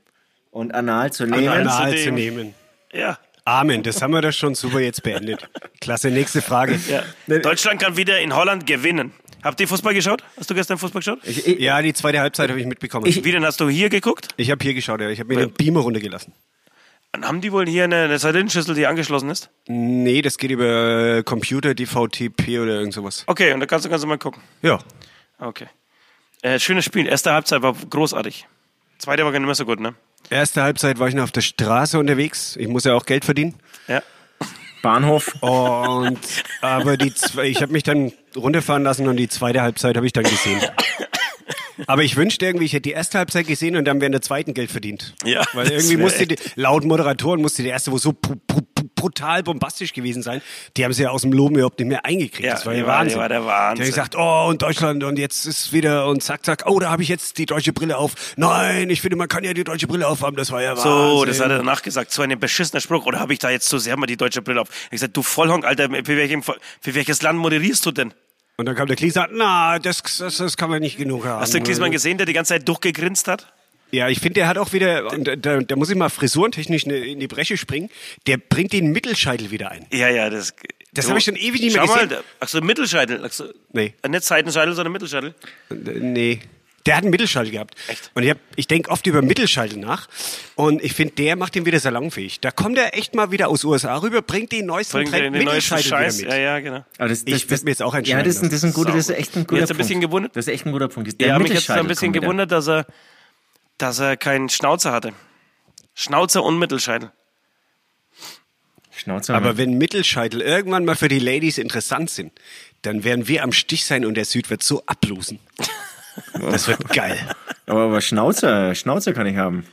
[SPEAKER 5] und anal zu nehmen.
[SPEAKER 4] anal
[SPEAKER 3] zu
[SPEAKER 4] zu
[SPEAKER 3] dem-
[SPEAKER 4] nehmen.
[SPEAKER 3] Ja.
[SPEAKER 4] Amen, das haben wir doch schon super jetzt beendet. Klasse, nächste Frage.
[SPEAKER 3] Ja. Deutschland kann wieder in Holland gewinnen. Habt ihr Fußball geschaut? Hast du gestern Fußball geschaut?
[SPEAKER 5] Ich, ich,
[SPEAKER 4] Ja, die zweite Halbzeit habe ich mitbekommen. Ich,
[SPEAKER 3] Wie denn hast du hier geguckt?
[SPEAKER 4] habe hier geschaut, ja. Ich habe mir den Beamer runtergelassen.
[SPEAKER 3] Und haben die wohl hier eine, eine Salinenschüssel, die angeschlossen ist?
[SPEAKER 4] Nee, das geht über äh, Computer, DVTP oder irgend sowas.
[SPEAKER 3] Okay, und da kannst du kannst du mal gucken.
[SPEAKER 4] Ja.
[SPEAKER 3] Okay. Äh, schönes Spiel. Erste Halbzeit war großartig. Zweite war gar nicht mehr so gut, ne?
[SPEAKER 4] Erste Halbzeit war ich noch auf der Straße unterwegs. Ich muss ja auch Geld verdienen.
[SPEAKER 3] Ja.
[SPEAKER 5] Bahnhof.
[SPEAKER 4] Und aber die zwei, ich habe mich dann runterfahren lassen und die zweite Halbzeit habe ich dann gesehen. Aber ich wünschte irgendwie, ich hätte die erste Halbzeit gesehen und dann wäre in der zweiten Geld verdient.
[SPEAKER 3] Ja,
[SPEAKER 4] Weil
[SPEAKER 3] das
[SPEAKER 4] irgendwie
[SPEAKER 3] wär
[SPEAKER 4] musste die,
[SPEAKER 3] echt.
[SPEAKER 4] laut Moderatoren musste die erste wohl so bru- bru- bru- brutal bombastisch gewesen sein. Die haben sie ja aus dem Loben überhaupt nicht mehr eingekriegt.
[SPEAKER 3] Ja,
[SPEAKER 4] das war
[SPEAKER 3] die
[SPEAKER 4] ja
[SPEAKER 3] war- die
[SPEAKER 4] Wahnsinn.
[SPEAKER 3] war der Wahnsinn.
[SPEAKER 4] Die haben gesagt, oh, und Deutschland und jetzt ist wieder und zack, zack, oh, da habe ich jetzt die deutsche Brille auf. Nein, ich finde, man kann ja die deutsche Brille aufhaben, das war ja Wahnsinn.
[SPEAKER 3] So, das hat er danach gesagt. So ein beschissener Spruch. Oder habe ich da jetzt zu sehr mal die deutsche Brille auf? Ich hab gesagt, du Vollhonk, Alter, für, welchem, für welches Land moderierst du denn?
[SPEAKER 4] Und dann kam der Klieser, na, das, das, das kann man nicht genug haben.
[SPEAKER 3] Hast du Klinsmann gesehen, der die ganze Zeit durchgegrinst hat?
[SPEAKER 4] Ja, ich finde, der hat auch wieder, und da, da muss ich mal frisurentechnisch ne- in die Bresche springen, der bringt den Mittelscheitel wieder ein.
[SPEAKER 3] Ja, ja, das.
[SPEAKER 4] Das
[SPEAKER 3] du-
[SPEAKER 4] hab ich schon ewig nicht mehr
[SPEAKER 3] Schau
[SPEAKER 4] gesehen.
[SPEAKER 3] Mal, ach so, Mittelscheitel. Ach so, äh,
[SPEAKER 4] Nee.
[SPEAKER 3] Nicht Seitenscheitel, sondern Mittelscheitel.
[SPEAKER 4] Äh, Nee. Der hat einen Mittelscheitel gehabt.
[SPEAKER 3] Echt?
[SPEAKER 4] Und ich, hab- ich denke oft über Mittelscheitel nach. Und ich finde, der macht den wieder salonfähig. Da kommt er echt mal wieder aus USA rüber, bringt den neuesten
[SPEAKER 3] Bringt
[SPEAKER 4] Trend
[SPEAKER 3] den, den neuesten
[SPEAKER 4] Mittelscheitel wieder
[SPEAKER 3] Scheiß.
[SPEAKER 4] mit.
[SPEAKER 3] Ja, ja, genau.
[SPEAKER 5] Aber das,
[SPEAKER 4] Ich werd mir jetzt auch einen
[SPEAKER 5] Ja, das ist, ein-
[SPEAKER 4] schneiden
[SPEAKER 5] das ist ein guter, das ist echt ein guter
[SPEAKER 3] Jetzt ein
[SPEAKER 5] Punkt.
[SPEAKER 3] bisschen gewundert.
[SPEAKER 5] Das ist echt ein guter Punkt. Der
[SPEAKER 3] Ja, mich jetzt ein
[SPEAKER 5] Mittelscheitel
[SPEAKER 3] bisschen
[SPEAKER 5] kommt wieder.
[SPEAKER 3] gewundert, dass er, dass er keinen Schnauzer hatte. Schnauzer und Mittelscheitel.
[SPEAKER 5] Schnauze.
[SPEAKER 4] Aber wenn Mittelscheitel irgendwann mal für die Ladies interessant sind, dann werden wir am Stich sein und der Süd wird so ablosen. Das wird geil.
[SPEAKER 5] aber, aber Schnauzer, Schnauzer kann ich haben.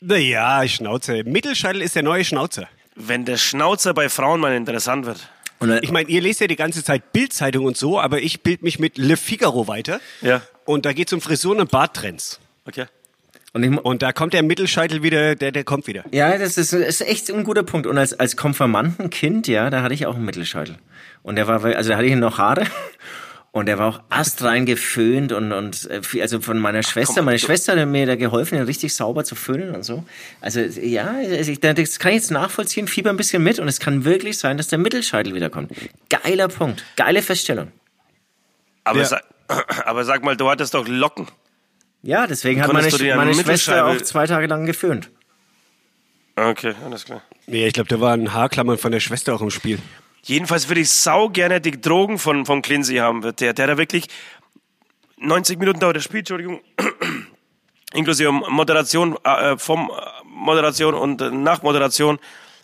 [SPEAKER 4] Naja, Schnauze. Mittelscheitel ist der neue Schnauzer.
[SPEAKER 3] Wenn der Schnauzer bei Frauen mal interessant wird.
[SPEAKER 5] Und dann,
[SPEAKER 4] Ich meine, ihr lest ja die ganze Zeit Bildzeitung und so, aber ich bild mich mit Le Figaro weiter.
[SPEAKER 3] Ja.
[SPEAKER 4] Und da geht's um Frisuren und Barttrends.
[SPEAKER 3] Okay.
[SPEAKER 5] und ich, mu-
[SPEAKER 4] Und da kommt der Mittelscheitel wieder, der, der kommt wieder.
[SPEAKER 5] Ja, das ist, ist echt ein guter Punkt. Und als, als Konfirmandenkind, ja, da hatte ich auch einen Mittelscheitel. Und der war, also da hatte ich noch Haare. Und der war auch astrein geföhnt und, und äh, viel- also von meiner Schwester. Meine Schwester hat mir da geholfen, ihn richtig sauber zu föhnen und so. Also ja, also ich, das kann ich jetzt nachvollziehen, fieber ein bisschen mit und es kann wirklich sein, dass der Mittelscheitel wiederkommt. Geiler Punkt, geile Feststellung.
[SPEAKER 3] Aber,
[SPEAKER 4] Ja.
[SPEAKER 3] sag, aber sag mal, du hattest doch Locken.
[SPEAKER 5] Ja, deswegen hat meine,
[SPEAKER 3] Konntest du dir
[SPEAKER 5] Sch-
[SPEAKER 3] einen
[SPEAKER 5] meine Schwester
[SPEAKER 3] Mittelscheitel-
[SPEAKER 5] auch zwei Tage lang geföhnt.
[SPEAKER 3] Okay, alles klar.
[SPEAKER 4] Nee, ich glaube, da waren Haarklammern von der Schwester auch im Spiel.
[SPEAKER 3] Jedenfalls würde ich sau gerne die Drogen von, von Clinzy haben. Der, der da wirklich 90 Minuten dauert das Spiel, Entschuldigung, inklusive Moderation, äh, vom äh, Moderation und äh, Nachmoderation,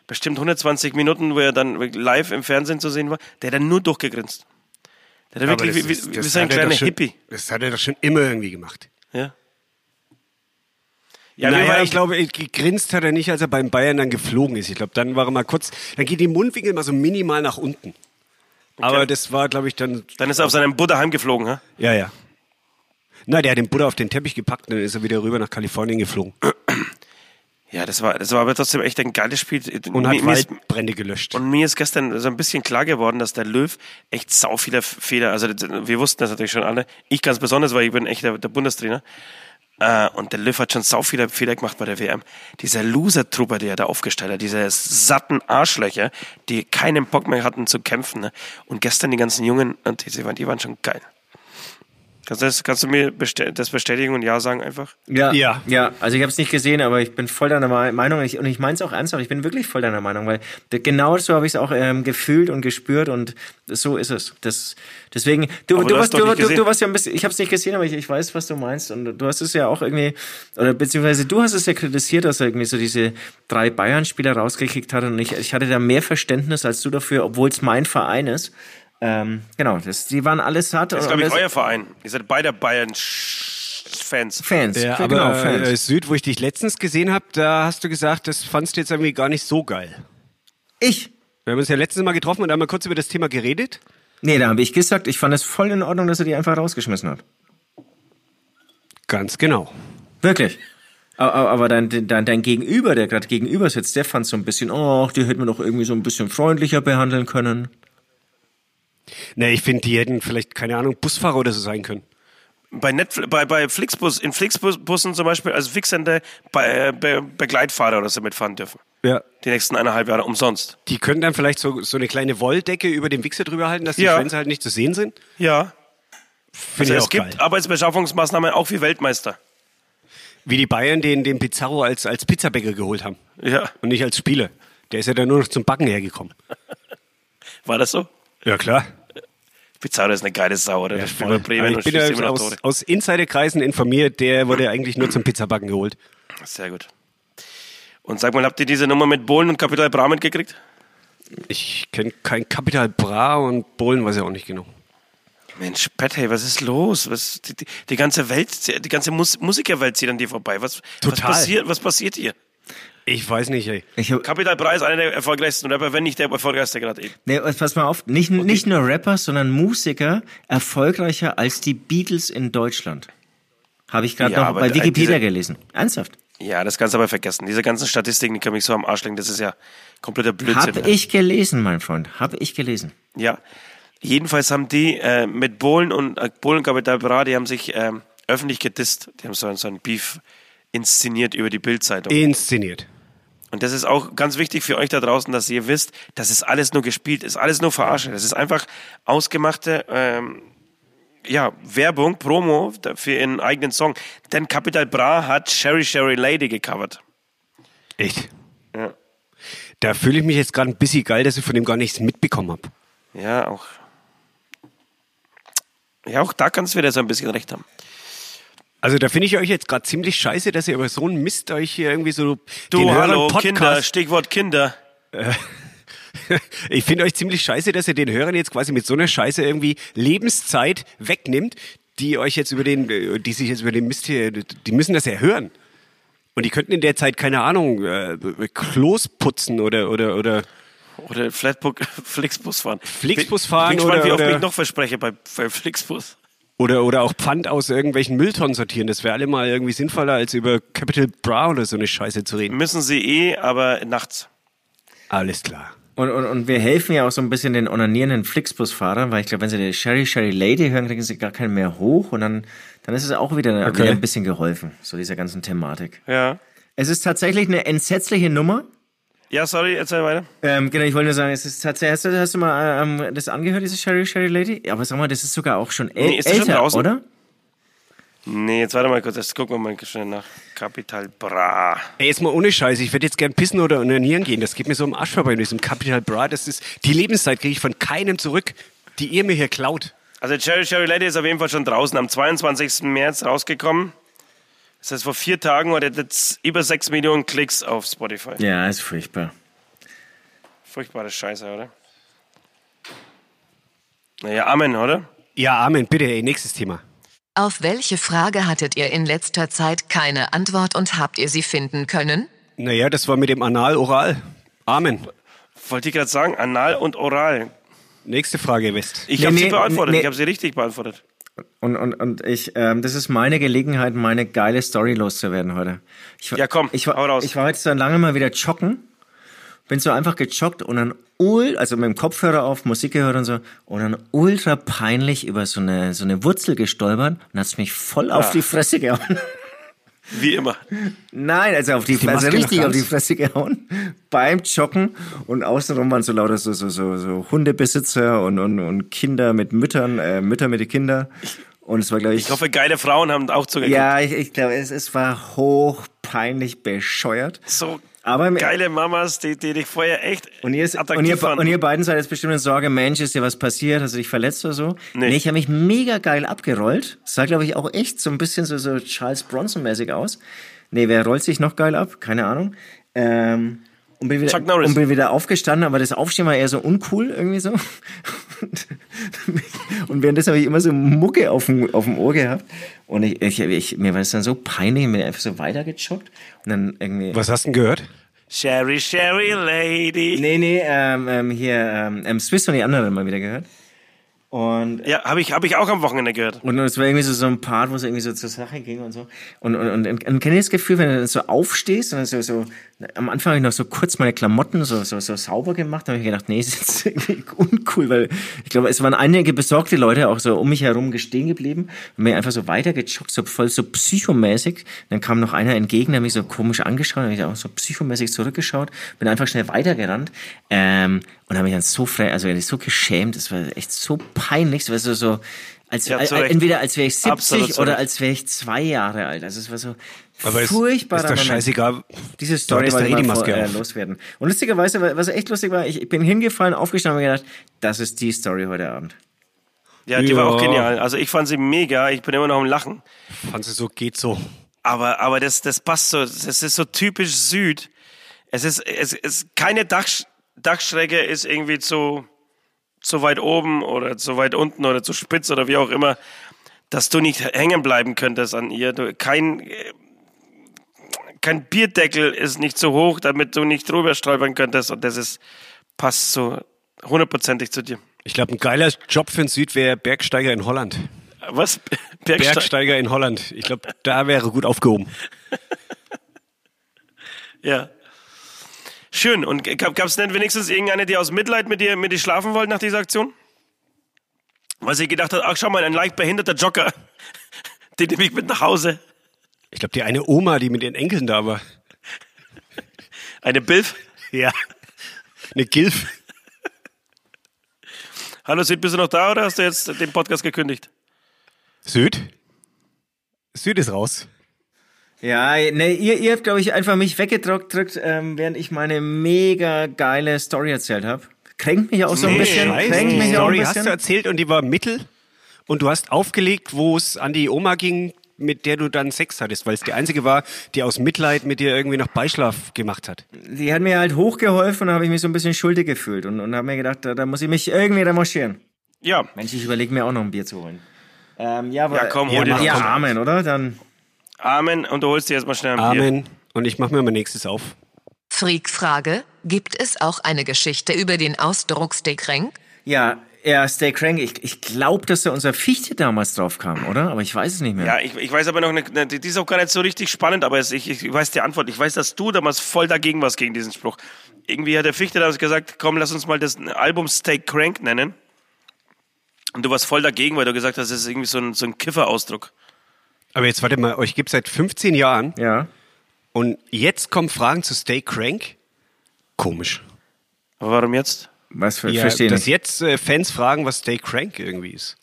[SPEAKER 3] bestimmt 120 Minuten, wo er dann live im Fernsehen zu sehen war, der hat dann nur durchgegrinst. Der hat wirklich,
[SPEAKER 4] das
[SPEAKER 3] wie,
[SPEAKER 4] ist-
[SPEAKER 3] wie, wie
[SPEAKER 4] das
[SPEAKER 3] so ein
[SPEAKER 4] hat er doch
[SPEAKER 3] kleiner
[SPEAKER 4] schon,
[SPEAKER 3] Hippie.
[SPEAKER 4] Das hat er doch schon immer irgendwie gemacht.
[SPEAKER 3] Ja. Ja, wir
[SPEAKER 4] naja,
[SPEAKER 3] waren-
[SPEAKER 4] ich glaube, äh, gegrinst hat er nicht, als er beim Bayern dann geflogen ist. Ich glaube, dann war er mal kurz, dann geht die Mundwinkel mal so minimal nach unten. Aber das war, glaube ich, dann,
[SPEAKER 3] Dann ist er auf seinem Buddha heimgeflogen, hä?
[SPEAKER 4] ja, ja. Na, der hat den Buddha auf den Teppich gepackt und dann ist er wieder rüber nach Kalifornien geflogen
[SPEAKER 3] Ja, das war, das war aber trotzdem echt ein geiles Spiel.
[SPEAKER 4] und
[SPEAKER 3] Mir-
[SPEAKER 4] hat
[SPEAKER 3] mir ist-
[SPEAKER 4] Waldbrände gelöscht.
[SPEAKER 3] Und mir ist gestern so ein bisschen klar geworden, dass der Löw echt sau viele Fehler, also das- wir wussten das natürlich schon alle, ich ganz besonders, weil ich bin echt der, der Bundestrainer. Äh, und der Löw hat schon sau viele Fehler gemacht bei der WM. Dieser Loser-Trupper, der er da aufgestellt hat, diese satten Arschlöcher, die keinen Bock mehr hatten zu kämpfen. Ne? Und gestern die ganzen Jungen, und die, die, waren, die waren schon geil. Kannst du, das, kannst du mir bestell, das bestätigen und Ja sagen einfach?
[SPEAKER 4] Ja.
[SPEAKER 5] Ja, ja. ja also ich habe es nicht gesehen, aber ich bin voll deiner Me- Meinung und ich, und ich meine es auch ernsthaft. Ich bin wirklich voll deiner Meinung, weil d- genau so habe ich es auch ähm, gefühlt und gespürt und so ist es. Das, deswegen, du,
[SPEAKER 3] Aber
[SPEAKER 5] du,
[SPEAKER 3] du hast
[SPEAKER 5] warst,
[SPEAKER 3] doch
[SPEAKER 5] du,
[SPEAKER 3] nicht
[SPEAKER 5] du,
[SPEAKER 3] gesehen.
[SPEAKER 5] du warst ja ein bisschen, ich habe es nicht gesehen, aber ich, ich weiß, was du meinst und du hast es ja auch irgendwie, oder beziehungsweise du hast es ja kritisiert, dass er irgendwie so diese drei Bayern-Spieler rausgekickt hat und ich, ich hatte da mehr Verständnis als du dafür, obwohl es mein Verein ist. Ähm, genau, das, die waren alle satt.
[SPEAKER 3] Das ist,
[SPEAKER 5] und-
[SPEAKER 3] glaube ich,
[SPEAKER 5] und das-
[SPEAKER 3] euer Verein. Ihr seid beide Bayern-Fans.
[SPEAKER 5] Fans.
[SPEAKER 4] Ja, aber äh, Süd, wo ich dich letztens gesehen habe, da hast du gesagt, das fandst du jetzt irgendwie gar nicht so geil.
[SPEAKER 5] Ich
[SPEAKER 4] Wir haben uns ja letztes Mal getroffen und haben mal kurz über das Thema geredet.
[SPEAKER 5] Nee, da habe ich gesagt, ich fand es voll in Ordnung, dass er die einfach rausgeschmissen hat.
[SPEAKER 4] Ganz genau.
[SPEAKER 5] Wirklich. Aber, aber dein, dein, dein Gegenüber, der gerade gegenüber sitzt, der fand so ein bisschen, oh, die hätten wir doch irgendwie so ein bisschen freundlicher behandeln können.
[SPEAKER 4] Ne, ich finde, die hätten vielleicht, keine Ahnung, Busfahrer oder so sein können.
[SPEAKER 3] bei, Netflix, bei, bei Flixbus, in Flixbussen zum Beispiel als Fixende bei, äh, Be Begleitfahrer oder so mitfahren dürfen.
[SPEAKER 4] Ja.
[SPEAKER 3] Die nächsten eineinhalb Jahre umsonst.
[SPEAKER 4] Die können dann vielleicht so, so eine kleine Wolldecke über dem Wichser drüber halten, dass die
[SPEAKER 3] Ja.
[SPEAKER 4] Schwänze halt nicht zu sehen sind.
[SPEAKER 3] Ja. Also
[SPEAKER 4] Finde ich
[SPEAKER 3] es
[SPEAKER 4] auch
[SPEAKER 3] gibt
[SPEAKER 4] geil.
[SPEAKER 3] Arbeitsbeschaffungsmaßnahmen auch wie Weltmeister.
[SPEAKER 4] Wie die Bayern den, den Pizarro als, als Pizzabäcker geholt haben
[SPEAKER 3] Ja.
[SPEAKER 4] und nicht als Spieler. Der ist ja dann nur noch zum Backen hergekommen.
[SPEAKER 3] War das so?
[SPEAKER 4] Ja, klar.
[SPEAKER 3] Pizarro ist eine geile Sau, oder? Der spielt bei Bremen
[SPEAKER 4] ich
[SPEAKER 3] und
[SPEAKER 4] bin
[SPEAKER 3] schießt
[SPEAKER 4] ja
[SPEAKER 3] immer noch
[SPEAKER 4] aus,
[SPEAKER 3] Tore.
[SPEAKER 4] aus Insiderkreisen informiert, der wurde eigentlich nur zum Pizzabacken geholt.
[SPEAKER 3] Sehr gut. Und sag mal, habt ihr diese Nummer mit Bohlen und Kapital Bra mitgekriegt?
[SPEAKER 4] Ich kenne kein Kapital Bra und Bohlen weiß ja auch nicht genau.
[SPEAKER 3] Mensch, Pat, hey, was ist los? Was, die, die, die ganze Welt, die ganze Mus Musikerwelt zieht an dir vorbei. Was, was
[SPEAKER 4] Total.
[SPEAKER 3] passiert? Was passiert hier?
[SPEAKER 4] Ich weiß nicht, ey.
[SPEAKER 5] Ich hab,
[SPEAKER 3] Kapital Bra ist einer der erfolgreichsten Rapper, wenn nicht der erfolgreichste gerade eben.
[SPEAKER 5] nee, pass mal auf, nicht, nicht nur Rapper, sondern Musiker erfolgreicher als die Beatles in Deutschland. Habe ich gerade
[SPEAKER 3] Ja,
[SPEAKER 5] noch
[SPEAKER 3] aber äh,
[SPEAKER 5] bei
[SPEAKER 3] diese-
[SPEAKER 5] Wikipedia gelesen. Ernsthaft?
[SPEAKER 3] Ja, das kannst du aber vergessen. Diese ganzen Statistiken, die können mich so am Arsch legen. Das ist ja kompletter Blödsinn.
[SPEAKER 5] Habe ich gelesen, mein Freund. Habe ich gelesen.
[SPEAKER 3] Ja. Jedenfalls haben die äh, mit Bohlen und äh, Bohlen Kapital Bra, die haben sich ähm, öffentlich gedisst. Die haben so, ein- so ein Beef inszeniert über die Bildzeitung.
[SPEAKER 4] Inszeniert.
[SPEAKER 3] Und das ist auch ganz wichtig für euch da draußen, dass ihr wisst, das ist alles nur gespielt, ist alles nur Verarsche. Das ist einfach ausgemachte ähm, ja, Werbung, Promo für ihren eigenen Song. Denn Capital Bra hat Sherry Sherry Lady gecovert.
[SPEAKER 4] Echt?
[SPEAKER 3] Ja.
[SPEAKER 4] Da fühle ich mich jetzt gerade ein bisschen geil, dass ich von dem gar nichts mitbekommen habe.
[SPEAKER 3] Ja, auch. Ja, auch da kannst du wieder so ein bisschen recht haben.
[SPEAKER 4] Also da finde ich euch jetzt gerade ziemlich scheiße, dass ihr über so einen Mist euch hier irgendwie so
[SPEAKER 3] Du,
[SPEAKER 4] den Hörern
[SPEAKER 3] hallo,
[SPEAKER 4] Genau. Podcast,
[SPEAKER 3] Kinder, Stichwort Kinder.
[SPEAKER 4] ich finde euch ziemlich scheiße, dass ihr den Hörern jetzt quasi mit so einer Scheiße irgendwie Lebenszeit wegnimmt, die euch jetzt über den, äh, die sich jetzt über den Mist hier, die müssen das ja hören. Und die könnten in der Zeit, keine Ahnung, äh, Klos putzen oder, oder, oder
[SPEAKER 3] Oder Flatbook, Flixbus fahren.
[SPEAKER 4] Flixbus
[SPEAKER 3] Bin-
[SPEAKER 4] fahren
[SPEAKER 3] Bin gespannt,
[SPEAKER 4] oder-
[SPEAKER 3] wie oft
[SPEAKER 4] oder-
[SPEAKER 3] ich noch verspreche bei, bei Flixbus.
[SPEAKER 4] Oder, oder auch Pfand aus irgendwelchen Mülltonnen sortieren. Das wäre allemal irgendwie sinnvoller, als über Capital Bra oder so eine Scheiße zu reden.
[SPEAKER 3] Müssen sie eh, aber nachts.
[SPEAKER 4] Alles klar.
[SPEAKER 5] Und, und, und wir helfen ja auch so ein bisschen den onanierenden Flixbus-Fahrern, weil ich glaube, wenn sie die Sherry Sherry Lady hören, kriegen sie gar keinen mehr hoch und dann, dann ist es auch wieder, wieder ein bisschen geholfen, so dieser ganzen Thematik.
[SPEAKER 3] Ja.
[SPEAKER 5] Es ist tatsächlich eine entsetzliche Nummer.
[SPEAKER 3] Ja, sorry, erzähl weiter.
[SPEAKER 5] Ähm, genau, ich wollte nur sagen, es ist tatsächlich, hast du, hast du mal ähm, das angehört, diese Sherry Sherry Lady? Ja, aber sag mal, das ist sogar auch schon äl
[SPEAKER 3] Nee, ist das schon
[SPEAKER 5] älter,
[SPEAKER 3] draußen?
[SPEAKER 5] oder?
[SPEAKER 3] Nee, jetzt warte mal kurz, jetzt gucken wir mal schnell nach. Capital Bra.
[SPEAKER 4] Ey, jetzt mal ohne Scheiße. Ich würde jetzt gern pissen oder unanieren gehen. Das geht mir so im Arsch vorbei mit diesem Capital Bra. Das ist, die Lebenszeit kriege ich von keinem zurück, die ihr mir hier klaut.
[SPEAKER 3] Also Cherry Cherry Lady ist auf jeden Fall schon draußen, am 22. März rausgekommen. Das heißt, vor vier Tagen hat er jetzt über 6 Millionen Klicks auf Spotify.
[SPEAKER 5] Ja, ist furchtbar.
[SPEAKER 3] Furchtbare Scheiße, oder? Naja, Amen, oder?
[SPEAKER 4] Ja, Amen, bitte, ey, nächstes Thema.
[SPEAKER 2] Auf welche Frage hattet ihr in letzter Zeit keine Antwort und habt ihr sie finden können?
[SPEAKER 4] Naja, das war mit dem Anal-Oral. Amen.
[SPEAKER 3] Wollte ich gerade sagen, anal und oral.
[SPEAKER 4] Nächste Frage, West.
[SPEAKER 3] Ich
[SPEAKER 5] Nee,
[SPEAKER 3] habe sie
[SPEAKER 5] nee,
[SPEAKER 3] beantwortet,
[SPEAKER 5] nee.
[SPEAKER 3] ich habe sie richtig beantwortet.
[SPEAKER 5] Und, und, und ich, ähm, das ist meine Gelegenheit, meine geile Story loszuwerden heute. Ich, war-
[SPEAKER 3] Ja, komm,
[SPEAKER 5] ich war,
[SPEAKER 3] hau raus.
[SPEAKER 5] Ich war jetzt so lange mal wieder joggen, bin so einfach gejoggt und dann ul, also mit dem Kopfhörer auf, Musik gehört und so, und dann ultra peinlich über so eine, so eine Wurzel gestolpert und hat's mich voll auf die Fresse gehauen.
[SPEAKER 3] Wie immer.
[SPEAKER 5] Nein, also auf die, Fresse,
[SPEAKER 4] Maske
[SPEAKER 5] richtig
[SPEAKER 4] noch
[SPEAKER 5] auf die
[SPEAKER 4] ganz?
[SPEAKER 5] Fresse gehauen. Beim Joggen und außenrum waren so lauter so, so, so, so Hundebesitzer und, und, und Kinder mit Müttern, äh, Mütter mit den Kindern. Und es war, glaube ich,
[SPEAKER 3] Ich hoffe, geile Frauen haben auch zugeguckt.
[SPEAKER 5] ja, ich, ich glaube, es, es war hochpeinlich bescheuert.
[SPEAKER 3] So
[SPEAKER 5] Aber im-
[SPEAKER 3] geile Mamas, die, die dich vorher echt
[SPEAKER 5] Und ihr, ist, und,
[SPEAKER 3] attraktiv
[SPEAKER 5] ihr,
[SPEAKER 3] fanden.
[SPEAKER 5] und ihr beiden seid jetzt bestimmt in Sorge, Mensch, ist dir was passiert? Hast du dich verletzt oder so? Nee. ich habe mich mega geil abgerollt. Sah, glaube ich, auch echt so ein bisschen so, so Charles Bronson-mäßig aus. Nee, wer rollt sich noch geil ab? Keine Ahnung. Ähm, und bin, wieder,
[SPEAKER 3] Chuck Norris.
[SPEAKER 5] und bin wieder aufgestanden, aber das Aufstehen war eher so uncool irgendwie so. Und, und währenddessen habe ich immer so Mucke auf dem, auf dem Ohr gehabt. Und ich, ich, ich, mir war das dann so peinlich, mir einfach so weitergejoggt. Und dann irgendwie.
[SPEAKER 4] Was hast du denn gehört?
[SPEAKER 3] Sherry, Sherry Lady.
[SPEAKER 5] Nee, nee, ähm, ähm, hier, ähm, ähm, Swiss und die anderen mal wieder gehört. Und,
[SPEAKER 3] Ja, habe ich, hab ich auch am Wochenende gehört.
[SPEAKER 5] und es war irgendwie so, so ein Part, wo es irgendwie so zur Sache ging und so. Und, und, und, und, kennt ihr das Gefühl, wenn du dann so aufstehst und dann so, so am Anfang habe ich noch so kurz meine Klamotten so, so, so sauber gemacht, da habe ich gedacht, nee, ist jetzt irgendwie uncool, weil ich glaube, es waren einige besorgte Leute auch so um mich herum stehen geblieben und mir einfach so weitergejoggt, so voll so psychomäßig. Dann kam noch einer entgegen, der mich so komisch angeschaut, habe ich auch so psychomäßig zurückgeschaut, bin einfach schnell weitergerannt ähm, und habe mich dann so frei, also ehrlich, so geschämt, das war echt so peinlich, das war so, so als,
[SPEAKER 3] Ja, zu
[SPEAKER 5] al-
[SPEAKER 3] Recht.
[SPEAKER 5] entweder als wäre ich
[SPEAKER 3] Absolut
[SPEAKER 5] 70
[SPEAKER 3] zu
[SPEAKER 5] oder
[SPEAKER 3] Recht.
[SPEAKER 5] als wäre ich zwei Jahre alt. Also es war so
[SPEAKER 4] Aber es-
[SPEAKER 5] furchtbarer
[SPEAKER 4] ist doch
[SPEAKER 5] Moment.
[SPEAKER 4] scheißegal.
[SPEAKER 5] Diese Story
[SPEAKER 4] ist
[SPEAKER 5] wollte
[SPEAKER 4] doch eh
[SPEAKER 5] ich
[SPEAKER 4] die
[SPEAKER 5] mal vor,
[SPEAKER 4] Maske
[SPEAKER 5] äh,
[SPEAKER 4] auf.
[SPEAKER 5] loswerden. Und lustigerweise, wa- was echt lustig war, ich, ich bin hingefallen, aufgestanden und hab mir gedacht, das ist die Story heute Abend.
[SPEAKER 3] Ja, die
[SPEAKER 4] Ja.
[SPEAKER 3] war auch genial. Also ich fand sie mega. Ich bin immer noch am Lachen.
[SPEAKER 4] Fandst du so, geht so.
[SPEAKER 3] Aber, aber das, das passt so. Das ist so typisch Süd. Es ist, es ist keine Dach, Dachschräge ist irgendwie zu, zu weit oben oder zu weit unten oder zu spitz oder wie auch immer, dass du nicht hängen bleiben könntest an ihr. Du, kein, äh, kein Bierdeckel ist nicht zu hoch, damit du nicht drüber stolpern könntest. Und das ist, passt so hundertprozentig zu dir.
[SPEAKER 4] Ich glaube, ein geiler Job für den Süd wäre Bergsteiger in Holland.
[SPEAKER 3] Was? Bergste
[SPEAKER 4] Bergsteiger in Holland. Ich glaube, da wäre gut aufgehoben.
[SPEAKER 3] Ja. Schön. Und gab es denn wenigstens irgendeine, die aus Mitleid mit dir, mit dir schlafen wollte nach dieser Aktion? Weil sie gedacht hat, ach schau mal, ein leicht behinderter Jogger, den nehme ich mit nach Hause.
[SPEAKER 4] Ich glaube, die eine Oma, die mit ihren Enkeln da war.
[SPEAKER 3] Eine Bilf.
[SPEAKER 4] Ja. Eine Gilf.
[SPEAKER 3] Hallo Sid, bist du noch da oder hast du jetzt den Podcast gekündigt?
[SPEAKER 4] Süd? Süd ist raus.
[SPEAKER 5] Ja, ne, ihr, ihr habt, glaube ich, einfach mich weggedrückt, drückt, ähm, während ich meine mega geile Story erzählt habe. Kränkt mich auch so ein bisschen.
[SPEAKER 4] Scheiße,
[SPEAKER 5] Kränkt
[SPEAKER 4] die
[SPEAKER 5] mich auch ein
[SPEAKER 4] Story hast du
[SPEAKER 5] bisschen.
[SPEAKER 4] erzählt und die war mittel. Und du hast aufgelegt, wo es an die Oma ging, mit der du dann Sex hattest, weil es die einzige war, die aus Mitleid mit dir irgendwie noch Beischlaf gemacht hat.
[SPEAKER 5] Die hat mir halt hochgeholfen und da habe ich mich so ein bisschen schuldig gefühlt und, und habe mir gedacht, da, da muss ich mich irgendwie revanchieren.
[SPEAKER 3] Ja.
[SPEAKER 5] Mensch, ich überlege mir auch noch ein Bier zu holen. Ähm, ja, aber,
[SPEAKER 3] Ja, komm, hol
[SPEAKER 5] ja,
[SPEAKER 3] dir doch,
[SPEAKER 5] ja,
[SPEAKER 3] komm.
[SPEAKER 5] Amen, oder? Dann
[SPEAKER 3] Amen. Und du holst dir jetzt mal schnell ein Bier.
[SPEAKER 4] Amen. Und ich mache mir mein nächstes auf.
[SPEAKER 2] Freak-Frage: Gibt es auch eine Geschichte über den Ausdruck Steakränk?
[SPEAKER 5] Ja, ja, Stay Crank. Ich, ich glaube, dass da unser Fichte damals drauf kam, oder? Aber ich weiß es nicht mehr.
[SPEAKER 3] Ja, ich, ich weiß aber noch, eine, eine- die ist auch gar nicht so richtig spannend, aber es, ich, ich weiß die Antwort. Ich weiß, dass du damals voll dagegen warst gegen diesen Spruch. Irgendwie hat der Fichte damals gesagt, komm, lass uns mal das Album Stay Crank nennen. Und du warst voll dagegen, weil du gesagt hast, das ist irgendwie so ein, so ein Kifferausdruck.
[SPEAKER 4] Aber jetzt warte mal, euch gibt's seit 15 Jahren
[SPEAKER 5] Ja.
[SPEAKER 4] und jetzt kommen Fragen zu Stay Crank? Komisch.
[SPEAKER 3] Aber warum jetzt?
[SPEAKER 5] Was für,
[SPEAKER 4] Ja,
[SPEAKER 5] verstehe
[SPEAKER 4] dass
[SPEAKER 5] nicht.
[SPEAKER 4] jetzt äh, Fans fragen, was Stay Crank irgendwie ist.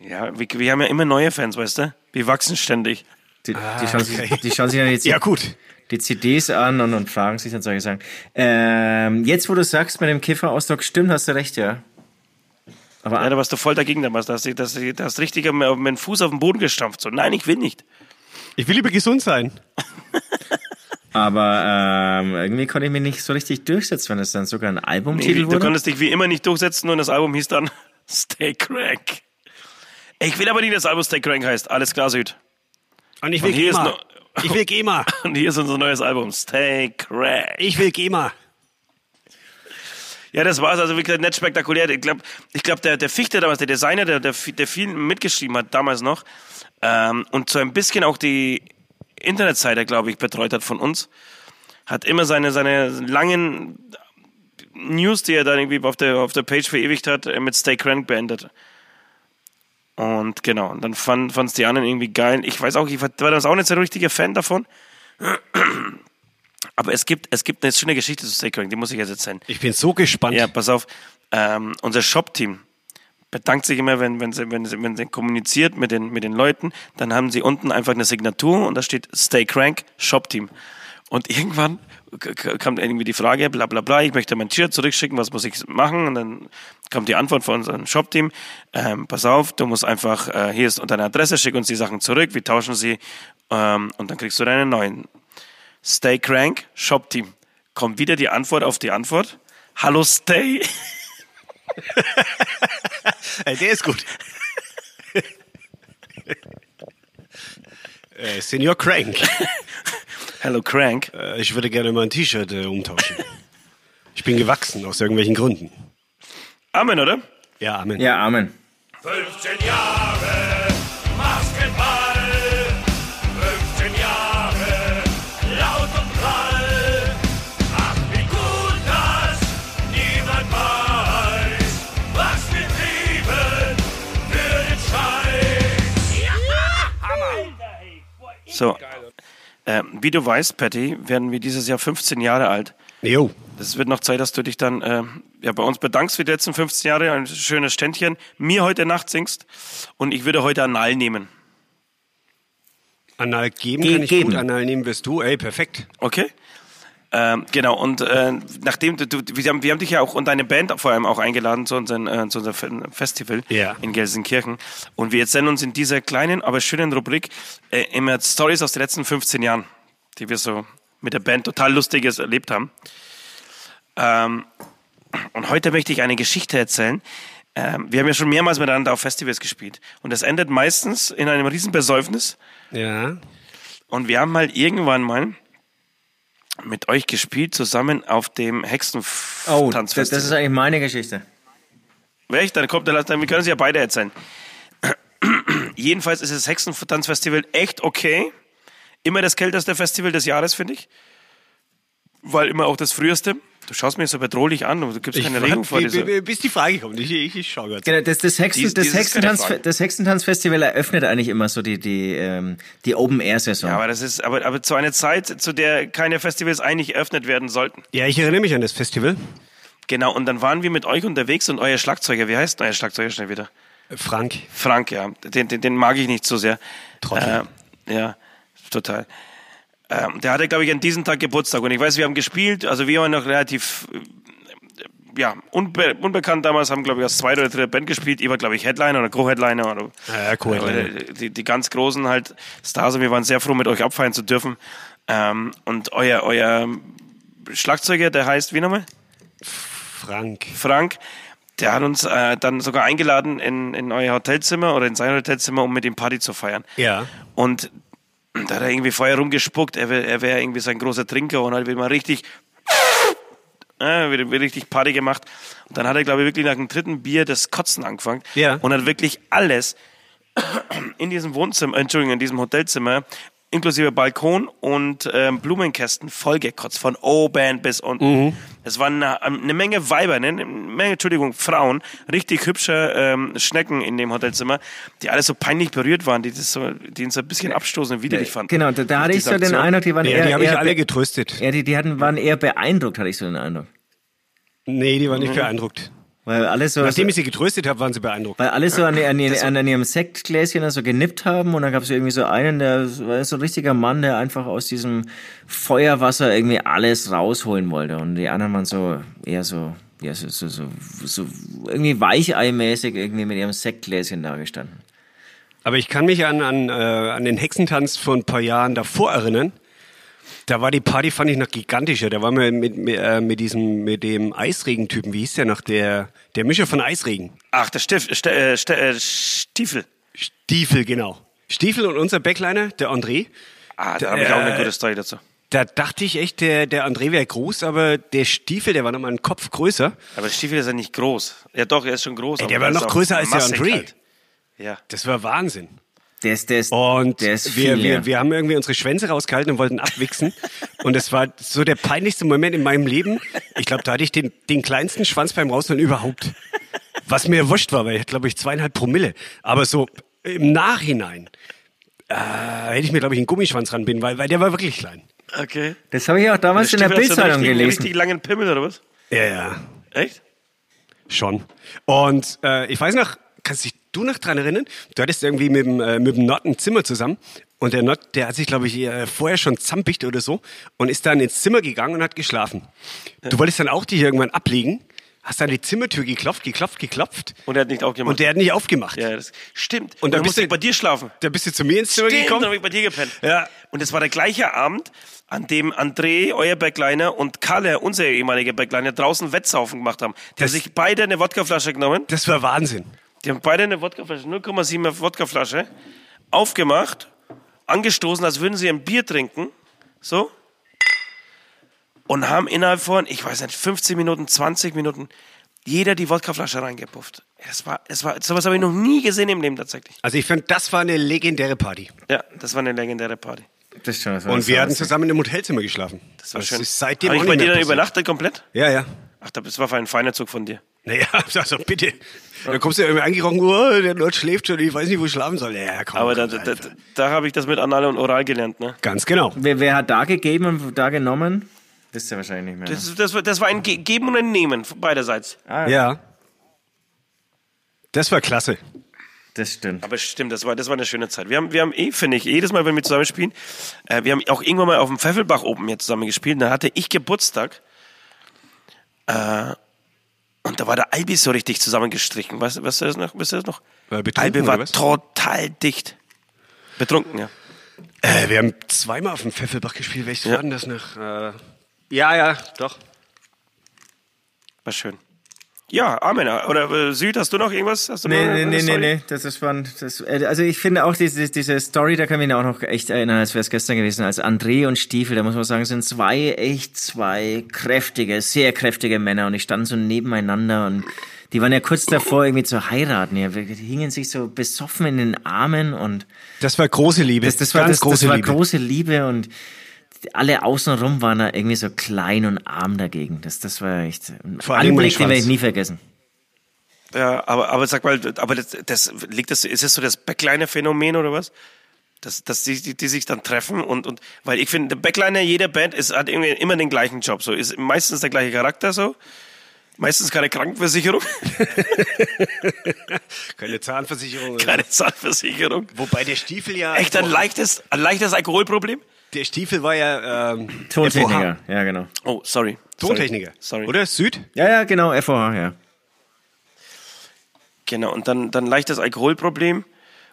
[SPEAKER 3] Ja, wir, wir haben ja immer neue Fans, weißt du? Wir wachsen ständig.
[SPEAKER 5] Die, die, schauen sich,
[SPEAKER 4] Ah, okay.
[SPEAKER 5] die schauen sich dann jetzt
[SPEAKER 4] Ja, gut.
[SPEAKER 5] die CDs an und, und fragen sich dann solche Sachen. Ähm, jetzt, wo du sagst, mit dem Kifferausdruck, stimmt, hast du recht, ja. Aber
[SPEAKER 3] Ja, da warst du voll dagegen damals. Da hast du das, das richtig mit dem Fuß auf den Boden gestampft. So, nein, ich will nicht.
[SPEAKER 4] Ich will lieber gesund sein.
[SPEAKER 5] Aber ähm, irgendwie konnte ich mich nicht so richtig durchsetzen, wenn es dann sogar ein Albumtitel
[SPEAKER 3] Du
[SPEAKER 5] wurde.
[SPEAKER 3] konntest dich wie immer nicht durchsetzen und das Album hieß dann Stay Crank. Ich will aber nicht, dass Albus Tech Crank heißt. Alles klar, Süd.
[SPEAKER 4] Und ich
[SPEAKER 3] Und
[SPEAKER 4] will
[SPEAKER 3] hier ist
[SPEAKER 4] GEMA.
[SPEAKER 3] noch-
[SPEAKER 4] Ich will GEMA.
[SPEAKER 3] Und hier ist unser neues Album, Stay Crank.
[SPEAKER 4] Ich will GEMA.
[SPEAKER 3] Ja, das war's. Also wie gesagt, nicht spektakulär. Ich glaube, ich glaub, der, der Fichte damals, der Designer, der, der, viel- der viel mitgeschrieben hat damals noch ähm, und so ein bisschen auch die Internetseite, glaube ich, betreut hat von uns, hat immer seine, seine langen News, die er dann irgendwie auf der, auf der Page verewigt hat, äh, mit Stay Crank beendet. Und genau, und dann fand es die anderen irgendwie geil. Ich weiß auch, ich war war damals auch nicht so ein richtiger Fan davon. Aber es gibt, es gibt eine schöne Geschichte zu Stay Crank, die muss ich jetzt erzählen.
[SPEAKER 4] Ich bin so gespannt.
[SPEAKER 3] Ja, pass auf. Ähm, unser Shop-Team bedankt sich immer, wenn, wenn, sie, wenn, sie, wenn sie kommuniziert mit den, mit den Leuten, dann haben sie unten einfach eine Signatur und da steht Stay Crank, Shop-Team. Und irgendwann k- k- kam irgendwie die Frage, bla bla bla, ich möchte mein Shirt zurückschicken, was muss ich machen? Und dann kommt die Antwort von unserem Shop-Team, ähm, pass auf, du musst einfach, äh, hier ist deine Adresse, schick uns die Sachen zurück, wir tauschen sie ähm, und dann kriegst du deinen neuen. Stay Crank, Shop-Team. Kommt wieder die Antwort auf die Antwort. Hallo Stay.
[SPEAKER 4] Äh, Der ist gut. äh, Senior Crank.
[SPEAKER 3] Hello Crank.
[SPEAKER 4] Äh, ich würde gerne mein T-Shirt äh, umtauschen. Ich bin gewachsen aus irgendwelchen Gründen.
[SPEAKER 3] Amen, oder?
[SPEAKER 4] Ja, Amen.
[SPEAKER 5] Ja, Amen.
[SPEAKER 6] 15 Jahre Basketball, 15 Jahre laut und prall. Ach, wie gut, dass niemand weiß, was wir trieben für den Scheiß. Ja, Hammer!
[SPEAKER 3] So. Ähm, wie du weißt, Patty, werden wir dieses Jahr 15 Jahre alt.
[SPEAKER 4] Jo.
[SPEAKER 3] Es wird noch Zeit, dass du dich dann ähm, ja, bei uns bedankst für die letzten 15 Jahre, ein schönes Ständchen, mir heute Nacht singst und ich würde heute Anal nehmen.
[SPEAKER 4] Anal geben
[SPEAKER 5] Ge-
[SPEAKER 4] kann ich
[SPEAKER 5] geben.
[SPEAKER 4] gut. Anal nehmen bist du. Ey, perfekt.
[SPEAKER 3] Okay? Ähm, genau, und äh, nachdem du, du wir, haben, wir haben dich ja auch und deine Band vor allem auch eingeladen zu, unseren, äh, zu unserem Fe- Festival
[SPEAKER 4] Ja.
[SPEAKER 3] in Gelsenkirchen. Und wir erzählen uns in dieser kleinen, aber schönen Rubrik äh, immer Stories aus den letzten 15 Jahren, die wir so mit der Band total Lustiges erlebt haben. Ähm, und heute möchte ich eine Geschichte erzählen. Ähm, wir haben ja schon mehrmals miteinander auf Festivals gespielt. Und das endet meistens in einem riesen Besäufnis.
[SPEAKER 4] Ja.
[SPEAKER 3] Und wir haben halt irgendwann mal mit euch gespielt, zusammen auf dem Hexentanzfestival.
[SPEAKER 5] Oh, das, das ist eigentlich meine Geschichte.
[SPEAKER 3] Echt? Dann kommt, dann, dann wir können es ja beide erzählen. Jedenfalls ist das Hexentanzfestival echt okay. Immer das kälteste Festival des Jahres, finde ich. Weil immer auch das früheste. Du schaust mir so bedrohlich an und du gibst keine Regung vor
[SPEAKER 4] warte,
[SPEAKER 3] dieser.
[SPEAKER 4] bi- bi- bis die Frage kommt. Ich, ich, ich schaue gerade.
[SPEAKER 5] Genau, das, das, Hexen,
[SPEAKER 3] Dies-
[SPEAKER 5] das,
[SPEAKER 3] dies ist keine
[SPEAKER 5] Hexentanz,
[SPEAKER 3] Frage.
[SPEAKER 5] das Hexentanzfestival eröffnet eigentlich immer so die, die, ähm, die Open-Air-Saison.
[SPEAKER 3] Aber das ist, aber, aber zu einer Zeit, zu der keine Festivals eigentlich eröffnet werden sollten.
[SPEAKER 4] Ja, ich erinnere mich an das Festival.
[SPEAKER 3] Genau, und dann waren wir mit euch unterwegs und euer Schlagzeuger, wie heißt denn euer Schlagzeuger schnell wieder?
[SPEAKER 4] Frank.
[SPEAKER 3] Frank, ja. Den, den, den mag ich nicht so sehr.
[SPEAKER 4] Trottel.
[SPEAKER 3] Äh, ja, total. Ähm, der hatte, glaube ich, an diesem Tag Geburtstag. Und ich weiß, wir haben gespielt, also wir waren noch relativ äh, ja, unbe unbekannt damals, haben, glaube ich, als zweite oder dritte Band gespielt. Ihr war, glaube ich, Headliner oder Co-Headliner oder
[SPEAKER 4] Ja, ja, Co-Headliner.
[SPEAKER 3] oder die, die ganz großen halt Stars. Und wir waren sehr froh, mit euch abfeiern zu dürfen. Ähm, und euer, euer Schlagzeuger, der heißt, wie nochmal?
[SPEAKER 4] Frank.
[SPEAKER 3] Frank, der hat uns äh, dann sogar eingeladen in, in euer Hotelzimmer oder in sein Hotelzimmer, um mit ihm Party zu feiern.
[SPEAKER 4] Ja.
[SPEAKER 3] Und da hat er irgendwie vorher rumgespuckt, er wäre er wär irgendwie sein großer Trinker und hat wieder mal richtig, äh, wieder, wieder richtig Party gemacht. Und dann hat er, glaube ich, wirklich nach dem dritten Bier das Kotzen angefangen
[SPEAKER 4] Ja.
[SPEAKER 3] und hat wirklich alles in diesem Wohnzimmer, Entschuldigung, in diesem Hotelzimmer, inklusive Balkon und ähm, Blumenkästen vollgekotzt, von oben bis unten.
[SPEAKER 5] Mhm.
[SPEAKER 3] Es waren eine, eine Menge Weiber, ne? eine Menge, Entschuldigung, Frauen, richtig hübsche ähm, Schnecken in dem Hotelzimmer, die alle so peinlich berührt waren, die, das so, die uns so ein bisschen abstoßend und widerlich fanden.
[SPEAKER 5] Genau, da, da hatte ich
[SPEAKER 3] Diese
[SPEAKER 5] so den
[SPEAKER 3] Aktion.
[SPEAKER 5] Eindruck, die waren
[SPEAKER 4] Ja,
[SPEAKER 5] eher,
[SPEAKER 4] die habe ich
[SPEAKER 5] eher
[SPEAKER 4] alle
[SPEAKER 5] be-
[SPEAKER 4] getröstet.
[SPEAKER 5] ja, die, die hatten, waren eher beeindruckt, hatte ich so den Eindruck.
[SPEAKER 4] Nee, die waren nicht beeindruckt.
[SPEAKER 5] Weil alle so,
[SPEAKER 4] Nachdem ich sie getröstet habe, waren sie beeindruckt.
[SPEAKER 5] weil alle so an, an, an, an ihrem Sektgläschen da so genippt haben und dann gab es irgendwie so einen, der so- war so ein richtiger Mann, der einfach aus diesem Feuerwasser irgendwie alles rausholen wollte und die anderen waren so eher so, ja, so, so, so, so irgendwie weicheimäßig irgendwie mit ihrem Sektgläschen da gestanden.
[SPEAKER 4] Aber ich kann mich an, an, äh, an den Hexentanz von ein paar Jahren davor erinnern. Da war die Party, fand ich, noch gigantischer. Da waren wir mit, mit, äh, mit diesem, mit dem Eisregentypen, wie hieß der noch? Der, der Mischer von Eisregen.
[SPEAKER 3] Ach, der Stift, St äh, St äh, Stiefel.
[SPEAKER 4] Stiefel, genau. Stiefel und unser Backliner, der André.
[SPEAKER 3] Ah, da habe ich auch eine gute Story dazu.
[SPEAKER 4] Da dachte ich echt, der, der André wäre groß, aber der Stiefel, der war nochmal einen Kopf größer.
[SPEAKER 3] Aber der Stiefel ist ja nicht groß. Ja doch, er ist schon groß.
[SPEAKER 4] Ey,
[SPEAKER 3] aber
[SPEAKER 4] der war
[SPEAKER 3] ist
[SPEAKER 4] noch
[SPEAKER 3] auch
[SPEAKER 4] größer als der
[SPEAKER 3] massig
[SPEAKER 4] André.
[SPEAKER 3] halt. Ja.
[SPEAKER 4] Das war Wahnsinn.
[SPEAKER 5] Der ist, der ist,
[SPEAKER 4] Und
[SPEAKER 5] der ist
[SPEAKER 4] wir,
[SPEAKER 5] viel, ja.
[SPEAKER 4] wir, wir haben irgendwie unsere Schwänze rausgehalten und wollten abwichsen. und das war so der peinlichste Moment in meinem Leben. Ich glaube, da hatte ich den, den kleinsten Schwanz beim Rausholen überhaupt. Was mir wurscht war, weil ich glaube ich zweieinhalb Promille. Aber so im Nachhinein äh, hätte ich mir, glaube ich, einen Gummischwanz ran bin, weil, weil der war wirklich klein.
[SPEAKER 3] Okay.
[SPEAKER 5] Das habe ich auch damals in der
[SPEAKER 3] Stiefel hat so einen
[SPEAKER 5] Bildzeitung
[SPEAKER 3] richtigen-
[SPEAKER 5] gelesen.
[SPEAKER 3] Richtig langen Pimmel oder was?
[SPEAKER 4] Ja, ja.
[SPEAKER 3] Echt?
[SPEAKER 4] Schon. Und äh, ich weiß noch, kannst dich du noch dran erinnern? Du hattest irgendwie mit dem, äh, mit dem Nord ein Zimmer zusammen. Und der Nord, der hat sich, glaube ich, äh, vorher schon zampigt oder so und ist dann ins Zimmer gegangen und hat geschlafen. Du wolltest dann auch dich irgendwann ablegen, hast dann die Zimmertür geklopft, geklopft, geklopft.
[SPEAKER 3] Und er hat nicht aufgemacht.
[SPEAKER 4] Und der hat nicht aufgemacht.
[SPEAKER 3] ja, das stimmt.
[SPEAKER 4] Und da
[SPEAKER 3] dann
[SPEAKER 4] bist
[SPEAKER 3] musste
[SPEAKER 4] du-
[SPEAKER 3] ich bei dir schlafen.
[SPEAKER 4] Da bist du zu mir ins Zimmer
[SPEAKER 3] Stimmt, dann habe
[SPEAKER 4] gekommen.
[SPEAKER 3] ich bei dir gepennt.
[SPEAKER 4] Ja.
[SPEAKER 3] Und es war der gleiche Abend, an dem André, euer Backliner, und Kalle, unser ehemaliger Backliner, draußen Wettsaufen gemacht haben. Die haben
[SPEAKER 4] Das-
[SPEAKER 3] sich beide eine Wodkaflasche genommen.
[SPEAKER 4] Das war Wahnsinn.
[SPEAKER 3] Die haben beide eine Wodkaflasche, 0,7er Wodkaflasche, aufgemacht, angestoßen, als würden sie ein Bier trinken. So. Und haben innerhalb von, ich weiß nicht, 15 Minuten, 20 Minuten, jeder die Wodkaflasche reingepufft. Das war, das war, sowas habe ich noch nie gesehen im Leben tatsächlich.
[SPEAKER 4] Also ich fand, das war eine legendäre Party.
[SPEAKER 3] Ja, das war eine legendäre Party.
[SPEAKER 5] Das ist schon was
[SPEAKER 4] Und wir hatten
[SPEAKER 5] Besonderes.
[SPEAKER 4] zusammen im Hotelzimmer geschlafen.
[SPEAKER 3] Das war schön.
[SPEAKER 4] ist seitdem
[SPEAKER 3] Hab ich
[SPEAKER 4] auch nicht
[SPEAKER 3] bei
[SPEAKER 4] mehr
[SPEAKER 3] dir dann
[SPEAKER 4] passiert.
[SPEAKER 3] übernachtet komplett?
[SPEAKER 4] Ja, ja.
[SPEAKER 3] Ach, das war ein feiner Zug von dir.
[SPEAKER 4] Naja, also bitte. Da kommst du ja irgendwie angerochen, oh, der Lord schläft schon, ich weiß nicht, wo ich schlafen soll. Ja, komm.
[SPEAKER 3] Aber da,
[SPEAKER 4] komm,
[SPEAKER 3] da, da,
[SPEAKER 4] einfach.
[SPEAKER 3] da habe ich das mit Anal und Oral gelernt, ne?
[SPEAKER 4] Ganz genau.
[SPEAKER 5] Wer, wer hat da gegeben und da genommen? Wisst ihr wahrscheinlich nicht mehr.
[SPEAKER 3] Das, das, war- das war ein Ge Geben und ein Nehmen von beiderseits.
[SPEAKER 5] Ah.
[SPEAKER 4] Ja. Das war klasse.
[SPEAKER 5] Das stimmt.
[SPEAKER 3] Aber stimmt, das war, das war eine schöne Zeit. Wir haben, wir haben eh, finde ich, jedes Mal, wenn wir zusammen spielen, äh, wir haben auch irgendwann mal auf dem Pfeffelbach oben hier zusammen gespielt. und Da hatte ich Geburtstag. Äh, und da war der Albi so richtig zusammengestrichen. Weißt, du- weißt du das noch? Weißt du das noch?
[SPEAKER 4] War er betrunken
[SPEAKER 3] Albi war
[SPEAKER 4] oder was?
[SPEAKER 3] total dicht. Betrunken, ja.
[SPEAKER 4] Äh, wir haben zweimal auf dem Pfeffelbach gespielt. Welches
[SPEAKER 3] Ja.
[SPEAKER 4] war denn das noch? Äh, ja, ja, doch.
[SPEAKER 3] War schön. Ja, Amen. Oder äh, Süd, hast du noch irgendwas? Hast du noch
[SPEAKER 5] Nee,
[SPEAKER 3] eine-
[SPEAKER 5] nee,
[SPEAKER 3] eine
[SPEAKER 5] nee, nee,
[SPEAKER 3] Story?
[SPEAKER 5] nee, das ist von, das, äh, also ich finde auch diese, diese Story, da kann ich mich auch noch echt erinnern, als wäre es gestern gewesen, als André und Stiefel, da muss man sagen, sind zwei, echt zwei kräftige, sehr kräftige Männer und die standen so nebeneinander und die waren ja kurz davor irgendwie zu heiraten, ja, die hingen sich so besoffen in den Armen und
[SPEAKER 4] Das war große Liebe.
[SPEAKER 5] das, das war,
[SPEAKER 4] Ganz
[SPEAKER 5] das,
[SPEAKER 4] große
[SPEAKER 5] das war
[SPEAKER 4] Liebe.
[SPEAKER 5] große Liebe und alle außenrum waren da irgendwie so klein und arm dagegen, das, das war echt ein
[SPEAKER 4] Vor allem
[SPEAKER 5] Anblick, den
[SPEAKER 4] mein
[SPEAKER 5] werde ich
[SPEAKER 4] Schwanz.
[SPEAKER 5] nie vergessen.
[SPEAKER 3] Ja, aber, aber sag mal, aber das, das liegt das, ist das so das Backliner-Phänomen oder was? Dass, dass die, die, die sich dann treffen und, und weil ich finde, der Backliner jeder Band ist, hat irgendwie immer den gleichen Job. So ist meistens der gleiche Charakter so. Meistens keine Krankenversicherung,
[SPEAKER 4] Keine Zahnversicherung. oder-
[SPEAKER 3] keine Zahnversicherung.
[SPEAKER 4] Wobei der Stiefel ja.
[SPEAKER 3] Echt ein
[SPEAKER 4] Boah,
[SPEAKER 3] leichtes, ein leichtes Alkoholproblem?
[SPEAKER 4] Der Stiefel war ja. Ähm,
[SPEAKER 5] Tontechniker,
[SPEAKER 4] FOH.
[SPEAKER 5] ja genau.
[SPEAKER 3] Oh, sorry.
[SPEAKER 4] Tontechniker.
[SPEAKER 3] Sorry.
[SPEAKER 4] Oder? Süd?
[SPEAKER 5] Ja, ja, genau, FOH, ja.
[SPEAKER 3] Genau, und dann, dann leichtes Alkoholproblem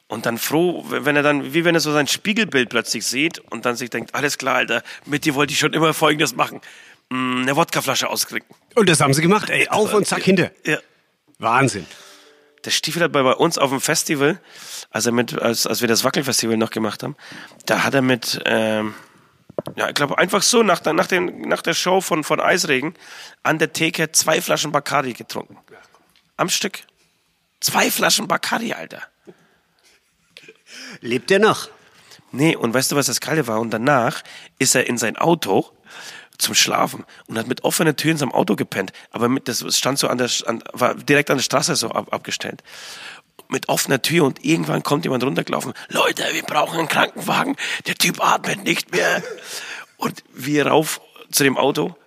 [SPEAKER 3] und dann froh, wenn er dann, wie wenn er so sein Spiegelbild plötzlich sieht und dann sich denkt, alles klar, Alter, mit dir wollte ich schon immer Folgendes machen. Mm, eine Wodkaflasche auskriegen.
[SPEAKER 4] Und das haben sie gemacht, ey. Auf und zack, hinter.
[SPEAKER 3] Ja.
[SPEAKER 4] Wahnsinn.
[SPEAKER 3] Der Stiefel hat bei, bei uns auf dem Festival, als, er mit, als, als wir das Wackelfestival noch gemacht haben, da hat er mit, ähm, ja, ich glaube, einfach so nach, der- nach, den, nach der Show von, von Eisregen an der Theke zwei Flaschen Bacardi getrunken. Am Stück. Zwei Flaschen Bacardi, Alter.
[SPEAKER 4] Lebt er noch?
[SPEAKER 3] Nee, und weißt du, was das Geile war? Und danach ist er in sein Auto zum Schlafen und hat mit offenen Türen in seinem Auto gepennt. Aber mit, das stand so an der, Sch- an, war direkt an der Straße so ab, abgestellt. Mit offener Tür und irgendwann kommt jemand runtergelaufen. Leute, wir brauchen einen Krankenwagen. Der Typ atmet nicht mehr. Und wir rauf zu dem Auto,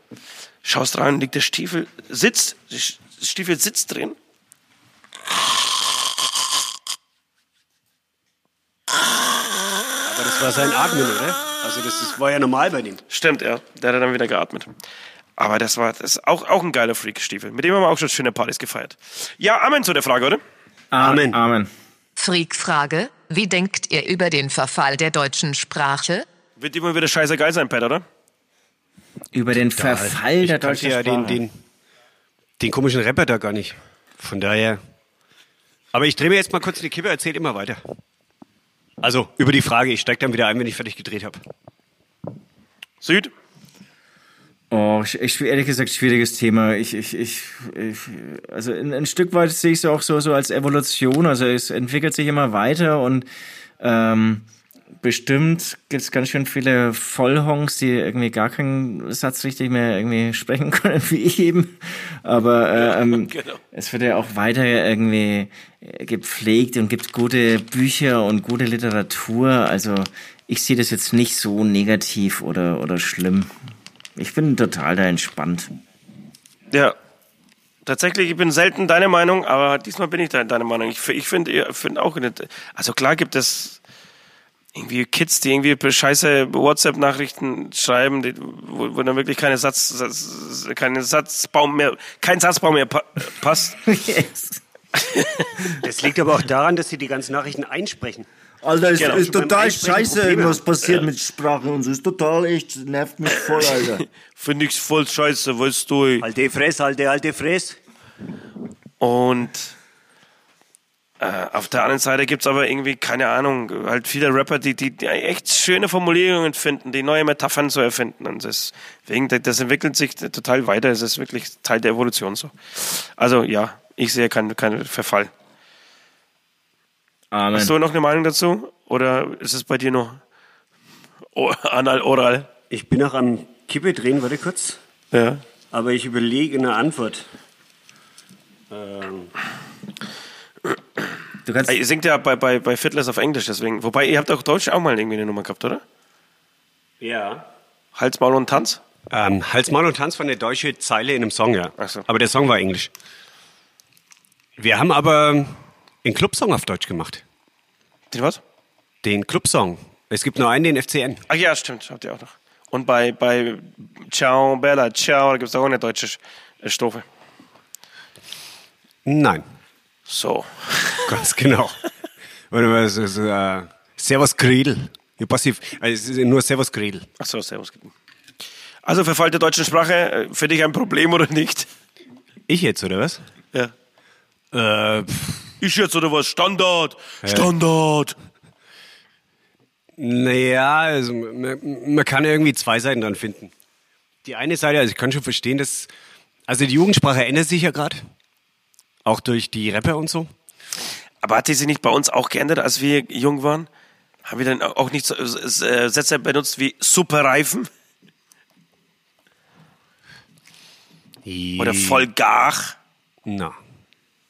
[SPEAKER 3] schaust rein, liegt der Stiefel, sitzt, der Stiefel sitzt drin.
[SPEAKER 4] Aber das war sein Atmen, oder? Also das, das war ja normal bei dem.
[SPEAKER 3] Stimmt, ja. Der hat dann wieder geatmet. Aber das war das ist auch, auch ein geiler Freak-Stiefel. Mit dem haben wir auch schon schöne Partys gefeiert. Ja, Amen zu der Frage, oder?
[SPEAKER 4] Amen.
[SPEAKER 5] Amen.
[SPEAKER 2] Freak-Frage: Wie denkt ihr über den Verfall der deutschen Sprache?
[SPEAKER 3] Wird immer wieder scheißegal sein, Pat, oder?
[SPEAKER 5] Über den Verfall der
[SPEAKER 4] ich kannte
[SPEAKER 5] deutschen
[SPEAKER 4] ja
[SPEAKER 5] Sprache.
[SPEAKER 4] den, den, den komischen Rapper da gar nicht. Von daher Aber ich drehe mir jetzt mal kurz die Kippe, erzähl immer weiter. Also, über die Frage, ich steige dann wieder ein, wenn ich fertig gedreht habe.
[SPEAKER 3] Süd?
[SPEAKER 5] Oh, ich, ich, ehrlich gesagt, schwieriges Thema. Ich, ich, ich, ich also ein, ein Stück weit sehe ich es auch so, so als Evolution. Also es entwickelt sich immer weiter und ähm, bestimmt gibt es ganz schön viele Vollhongs, die irgendwie gar keinen Satz richtig mehr irgendwie sprechen können, wie ich eben. Aber äh, ähm,
[SPEAKER 3] Genau.
[SPEAKER 5] es wird ja auch weiter irgendwie äh, gepflegt und gibt gute Bücher und gute Literatur. Also ich sehe das jetzt nicht so negativ oder, oder schlimm. Ich bin total da entspannt.
[SPEAKER 3] Ja. Tatsächlich, ich bin selten deine Meinung, aber diesmal bin ich de deine Meinung. Ich, f- ich finde find auch nicht. Also klar gibt es irgendwie Kids, die irgendwie be- scheiße WhatsApp-Nachrichten schreiben, die, wo, wo dann wirklich keine Satz, Satz keine Satzbaum mehr, kein Satzbaum mehr pa passt.
[SPEAKER 4] Das liegt aber auch daran, dass sie die ganzen Nachrichten einsprechen.
[SPEAKER 7] Alter, es
[SPEAKER 4] Genau.
[SPEAKER 7] ist
[SPEAKER 4] Beim
[SPEAKER 7] total
[SPEAKER 4] Einsprechen
[SPEAKER 7] scheiße,
[SPEAKER 4] Probleme.
[SPEAKER 7] was passiert mit Sprache und so. Ist total echt, nervt mich voll, Alter.
[SPEAKER 3] Finde ich voll scheiße, weißt du. ey.
[SPEAKER 4] Alte Fress, alte, alte Fress.
[SPEAKER 3] Und äh, auf der anderen Seite gibt's aber irgendwie, keine Ahnung, halt viele Rapper, die, die, die echt schöne Formulierungen finden, die neue Metaphern zu erfinden. Und deswegen, das entwickelt sich total weiter. Es ist wirklich Teil der Evolution so. Also ja, ich sehe keinen keinen Verfall.
[SPEAKER 5] Amen.
[SPEAKER 3] Hast du noch eine Meinung dazu? Oder ist es bei dir noch o- anal, oral?
[SPEAKER 8] Ich bin noch am Kippe drehen, warte kurz.
[SPEAKER 3] Ja.
[SPEAKER 8] Aber ich überlege eine Antwort. Ähm,
[SPEAKER 5] Du kannst,
[SPEAKER 3] Äh, Ihr singt ja bei, bei, bei Fiddlers auf Englisch, deswegen. Wobei, ihr habt auch Deutsch auch mal irgendwie eine Nummer gehabt, oder?
[SPEAKER 8] ja.
[SPEAKER 3] Hals, Maul und Tanz?
[SPEAKER 4] Ähm, Hals, Maul und Tanz war eine deutsche Zeile in einem Song, ja.
[SPEAKER 3] Ach so.
[SPEAKER 4] Aber der Song war englisch. Wir haben aber den Clubsong auf Deutsch gemacht.
[SPEAKER 3] Den was?
[SPEAKER 4] Den Clubsong. Es gibt nur einen, den FCN.
[SPEAKER 3] Ach ja, stimmt, habt ihr auch noch. Und bei, bei Ciao Bella, Ciao, da gibt es auch eine deutsche Sch- äh, Strophe.
[SPEAKER 4] Nein,
[SPEAKER 3] So.
[SPEAKER 4] ganz genau. Oder was ist, äh, Servus Gredel. Ja, passiv. Also, es ist nur Servus Gredel.
[SPEAKER 3] Achso, Servus. Also Verfall der deutschen Sprache, äh, für dich ein Problem oder nicht?
[SPEAKER 4] Ich jetzt, oder was?
[SPEAKER 3] Ja.
[SPEAKER 4] Äh, pff,
[SPEAKER 3] Ich jetzt oder was? Standard! Standard!
[SPEAKER 4] naja, also, man, man kann irgendwie zwei Seiten dran finden. Die eine Seite, also ich kann schon verstehen, dass. Also die Jugendsprache ändert sich ja gerade. Auch durch die Rapper und so.
[SPEAKER 3] Aber hat die sich nicht bei uns auch geändert, als wir jung waren? Haben wir dann auch nicht so, äh, Sätze benutzt wie Superreifen oder Vollgar?
[SPEAKER 4] Na.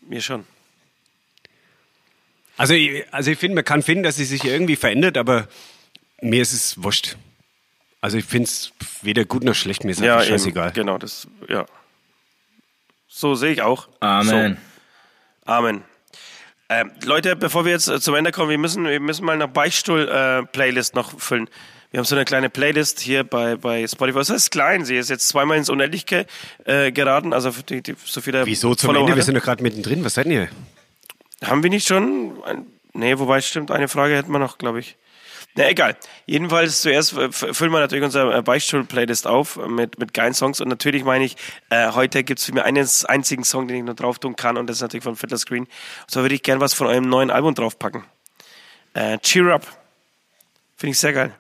[SPEAKER 3] Mir schon.
[SPEAKER 4] Also, ich- also ich finde, man kann finden, dass sie sich irgendwie verändert, aber mir ist es wurscht. Also ich finde es weder gut noch schlecht, mir ist ja,
[SPEAKER 3] eben.
[SPEAKER 4] scheißegal.
[SPEAKER 3] Genau, das, ja. So sehe ich auch.
[SPEAKER 5] Amen.
[SPEAKER 3] Amen. Ähm, Leute, bevor wir jetzt äh, zum Ende kommen, wir müssen, wir müssen mal eine Beichtstuhl-Playlist noch füllen. Wir haben so eine kleine Playlist hier bei, bei Spotify. Das ist klein, sie ist jetzt zweimal ins Unendliche äh, geraten. Also für die, die, so viele
[SPEAKER 4] Wieso zum
[SPEAKER 3] Follower ne?
[SPEAKER 4] Ende?
[SPEAKER 3] hatte.
[SPEAKER 4] Wir sind doch gerade mittendrin. Was seid ihr?
[SPEAKER 3] Haben wir nicht schon? Ein, nee, wobei stimmt, eine Frage hätten wir noch, glaube ich. Na egal. Jedenfalls zuerst äh, f- füllen wir natürlich unsere äh, Beichtstuhl-Playlist auf äh, mit, mit geilen Songs. Und natürlich meine ich, äh, heute gibt es mir einen einzigen Song, den ich noch drauf tun kann. Und das ist natürlich von Fiddler Screen. So würde ich gern was von eurem neuen Album draufpacken. Äh, Cheer Up. Finde ich sehr geil.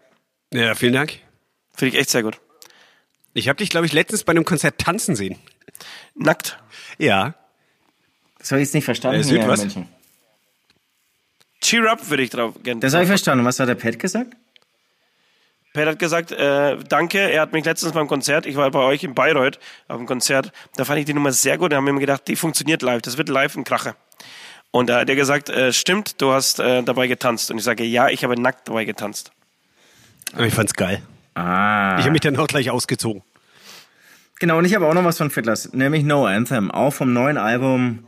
[SPEAKER 4] Ja, vielen Dank.
[SPEAKER 3] Finde ich echt sehr gut.
[SPEAKER 4] Ich habe dich, glaube ich, letztens bei einem Konzert tanzen sehen.
[SPEAKER 3] Nackt.
[SPEAKER 4] Ja.
[SPEAKER 5] das habe ich jetzt nicht verstanden.
[SPEAKER 4] Äh, Süd,
[SPEAKER 5] ihr
[SPEAKER 4] was?
[SPEAKER 5] Menschen.
[SPEAKER 3] Cheer Up würde ich drauf gerne.
[SPEAKER 5] Das habe ich verstanden. Was hat der Pat gesagt?
[SPEAKER 3] Pat hat gesagt, äh, danke, er hat mich letztens beim Konzert, ich war bei euch in Bayreuth auf dem Konzert, da fand ich die Nummer sehr gut, da haben wir mir gedacht, die funktioniert live, das wird live ein Kracher. Und da hat er gesagt, äh, stimmt, du hast äh, dabei getanzt. Und ich sage, ja, ich habe nackt dabei getanzt.
[SPEAKER 4] Aber ich fand's geil.
[SPEAKER 5] Ah.
[SPEAKER 4] Ich habe mich dann auch gleich ausgezogen.
[SPEAKER 5] Genau, und ich habe auch noch was von Fiddlers, nämlich No Anthem, auch vom neuen Album.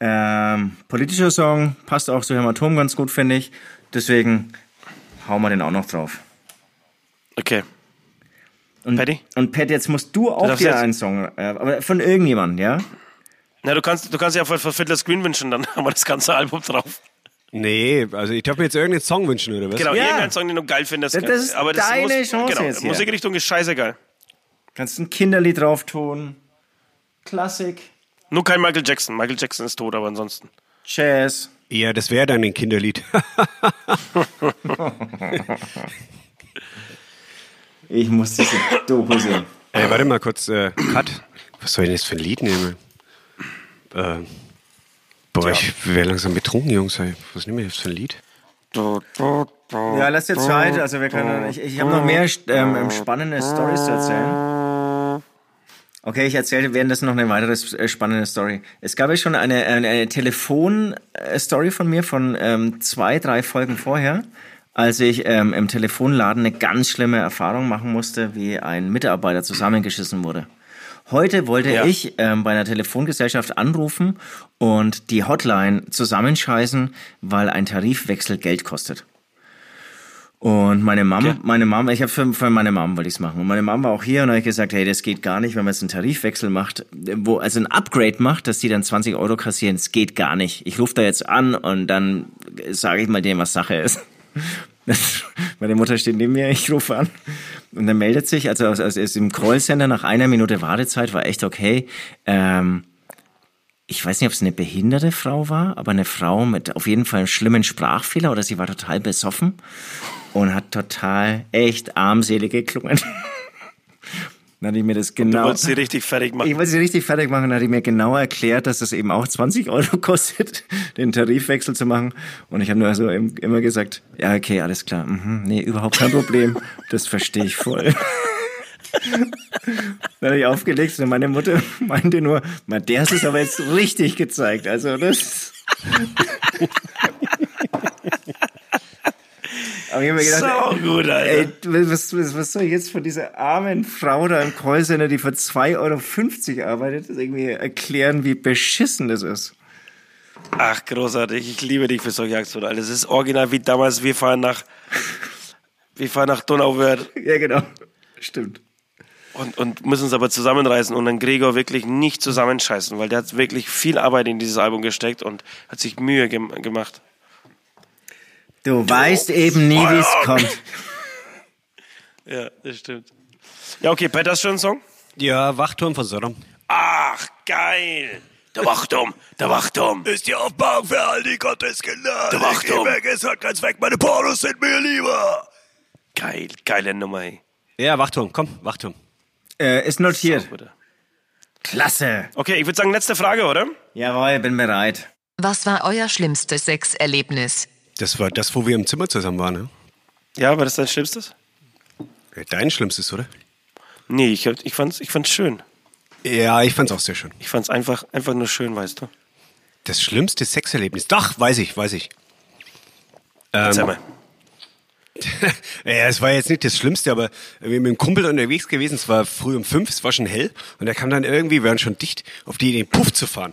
[SPEAKER 5] Ähm, politischer Song, passt auch zu Hämatom ganz gut, finde ich. Deswegen hauen wir den auch noch drauf.
[SPEAKER 3] Okay.
[SPEAKER 5] Und,
[SPEAKER 3] Paddy?
[SPEAKER 5] Und Pat, jetzt musst du auch
[SPEAKER 3] darfst
[SPEAKER 5] dir
[SPEAKER 3] jetzt-
[SPEAKER 5] einen Song, äh, aber von irgendjemandem, ja?
[SPEAKER 3] Na, du kannst, du kannst ja von von Fiddler Screen wünschen, dann haben wir das ganze Album drauf.
[SPEAKER 4] Nee, also ich darf mir jetzt irgendeinen Song wünschen, oder was?
[SPEAKER 3] Genau,
[SPEAKER 5] Ja.
[SPEAKER 3] irgendein Song, den du geil findest.
[SPEAKER 5] Das ist deine Chance
[SPEAKER 3] Genau,
[SPEAKER 5] jetzt hier.
[SPEAKER 3] Musikrichtung ist scheißegal.
[SPEAKER 5] Kannst ein Kinderlied drauf tun. Klassik.
[SPEAKER 3] Nur kein Michael Jackson. Michael Jackson ist tot, aber ansonsten.
[SPEAKER 5] Jazz.
[SPEAKER 4] Ja, das wäre dann ein Kinderlied.
[SPEAKER 5] Ich muss diese Doku sehen.
[SPEAKER 4] Ey, warte mal kurz, äh, Cut. Was soll ich denn jetzt für ein Lied nehmen? Äh, boah, ich wäre langsam betrunken, Jungs. ey. Was nehmen wir jetzt für ein Lied?
[SPEAKER 5] Ja, lass jetzt Zeit. Also wir können. Ich, ich habe noch mehr ähm, spannende Stories zu erzählen. Okay, ich erzähle währenddessen noch eine weitere äh, spannende Story. Es gab ja schon eine, eine, eine Telefon-Story von mir von ähm, zwei, drei Folgen vorher, als ich ähm, im Telefonladen eine ganz schlimme Erfahrung machen musste, wie ein Mitarbeiter zusammengeschissen wurde. Heute wollte ich ähm, bei einer Telefongesellschaft anrufen und die Hotline zusammenscheißen, weil ein Tarifwechsel Geld kostet. Und meine Mom, meine Mom, ich habe für, für meine Mom wollte ich's machen. Und meine Mom war auch hier und habe gesagt, hey, das geht gar nicht, wenn man jetzt einen Tarifwechsel macht, wo also ein Upgrade macht, dass die dann 20 Euro kassieren, das geht gar nicht. Ich rufe da jetzt an und dann sage ich mal denen, was Sache ist. Meine Mutter steht neben mir, ich rufe an. Und dann meldet sich, also, also es ist im Callcenter nach einer Minute Wartezeit, war echt okay. Ähm, ich weiß nicht, ob es eine behinderte Frau war, aber eine Frau mit auf jeden Fall einem schlimmen Sprachfehler oder sie war total besoffen und hat total echt armselig geklungen. dann hatte ich mir das
[SPEAKER 3] Du
[SPEAKER 5] genau.
[SPEAKER 3] wolltest sie richtig fertig machen.
[SPEAKER 5] Ich wollte sie richtig fertig machen, dann hat ich mir genau erklärt, dass es eben auch 20 Euro kostet, den Tarifwechsel zu machen. Und ich habe nur so im- immer gesagt, ja, okay, alles klar. Mhm, nee, überhaupt kein Problem. Das verstehe ich voll. Dann habe ich aufgelegt und meine Mutter meinte nur, "Man, der hat es aber jetzt richtig gezeigt. Also das. aber ich habe mir gedacht,
[SPEAKER 3] so gut, Alter.
[SPEAKER 5] Ey, was, was, was soll ich jetzt von dieser armen Frau da im Callcenter, die für 2,50 Euro arbeitet, das irgendwie erklären, wie beschissen das ist?
[SPEAKER 3] Ach, großartig. Ich liebe dich für solche Aktionen. Alter. Das ist original wie damals. Wir fahren nach, wir fahren nach Donauwörth
[SPEAKER 5] Ja, genau. Stimmt.
[SPEAKER 3] und, und müssen uns aber zusammenreißen und dann Gregor wirklich nicht zusammenscheißen, weil der hat wirklich viel Arbeit in dieses Album gesteckt und hat sich Mühe gem gemacht.
[SPEAKER 5] Du, weißt eben nie, wie es kommt.
[SPEAKER 3] Ja, das stimmt. Ja, okay, Pat, hast du schon einen Song?
[SPEAKER 4] Ja, Wachturm von Sodom.
[SPEAKER 3] Ach, geil. um, Der Wachturm, der Wachturm.
[SPEAKER 1] Ist die Aufbauung für all die Gottesgelade.
[SPEAKER 3] Achtung.
[SPEAKER 1] Weg, es hat ganz weg, meine Pornos sind mir lieber.
[SPEAKER 3] Geil, geile Nummer, ey.
[SPEAKER 4] Ja, Wachturm, komm, Wachturm.
[SPEAKER 5] Äh, ist notiert.
[SPEAKER 3] Bruder.
[SPEAKER 5] Klasse.
[SPEAKER 3] Okay, ich würde sagen, letzte Frage, oder?
[SPEAKER 5] Jawohl, bin bereit.
[SPEAKER 2] Was war euer schlimmstes Sexerlebnis?
[SPEAKER 4] Das war das, wo wir im Zimmer zusammen waren, ne?
[SPEAKER 3] Ja, war das dein Schlimmstes?
[SPEAKER 4] Dein Schlimmstes, oder?
[SPEAKER 3] Nee, ich, hab- ich, fand's, ich fand's schön.
[SPEAKER 4] Ja, ich fand's auch sehr schön.
[SPEAKER 3] Ich fand's einfach, einfach nur schön, weißt du.
[SPEAKER 4] Das schlimmste Sexerlebnis. Doch, weiß ich, weiß ich.
[SPEAKER 3] Erzähl mal.
[SPEAKER 4] Ja, es war jetzt nicht das Schlimmste, aber wir sind mit einem Kumpel unterwegs gewesen, es war früh um fünf, es war schon hell und er kam dann irgendwie, wir waren schon dicht, auf die Idee, Puff zu fahren.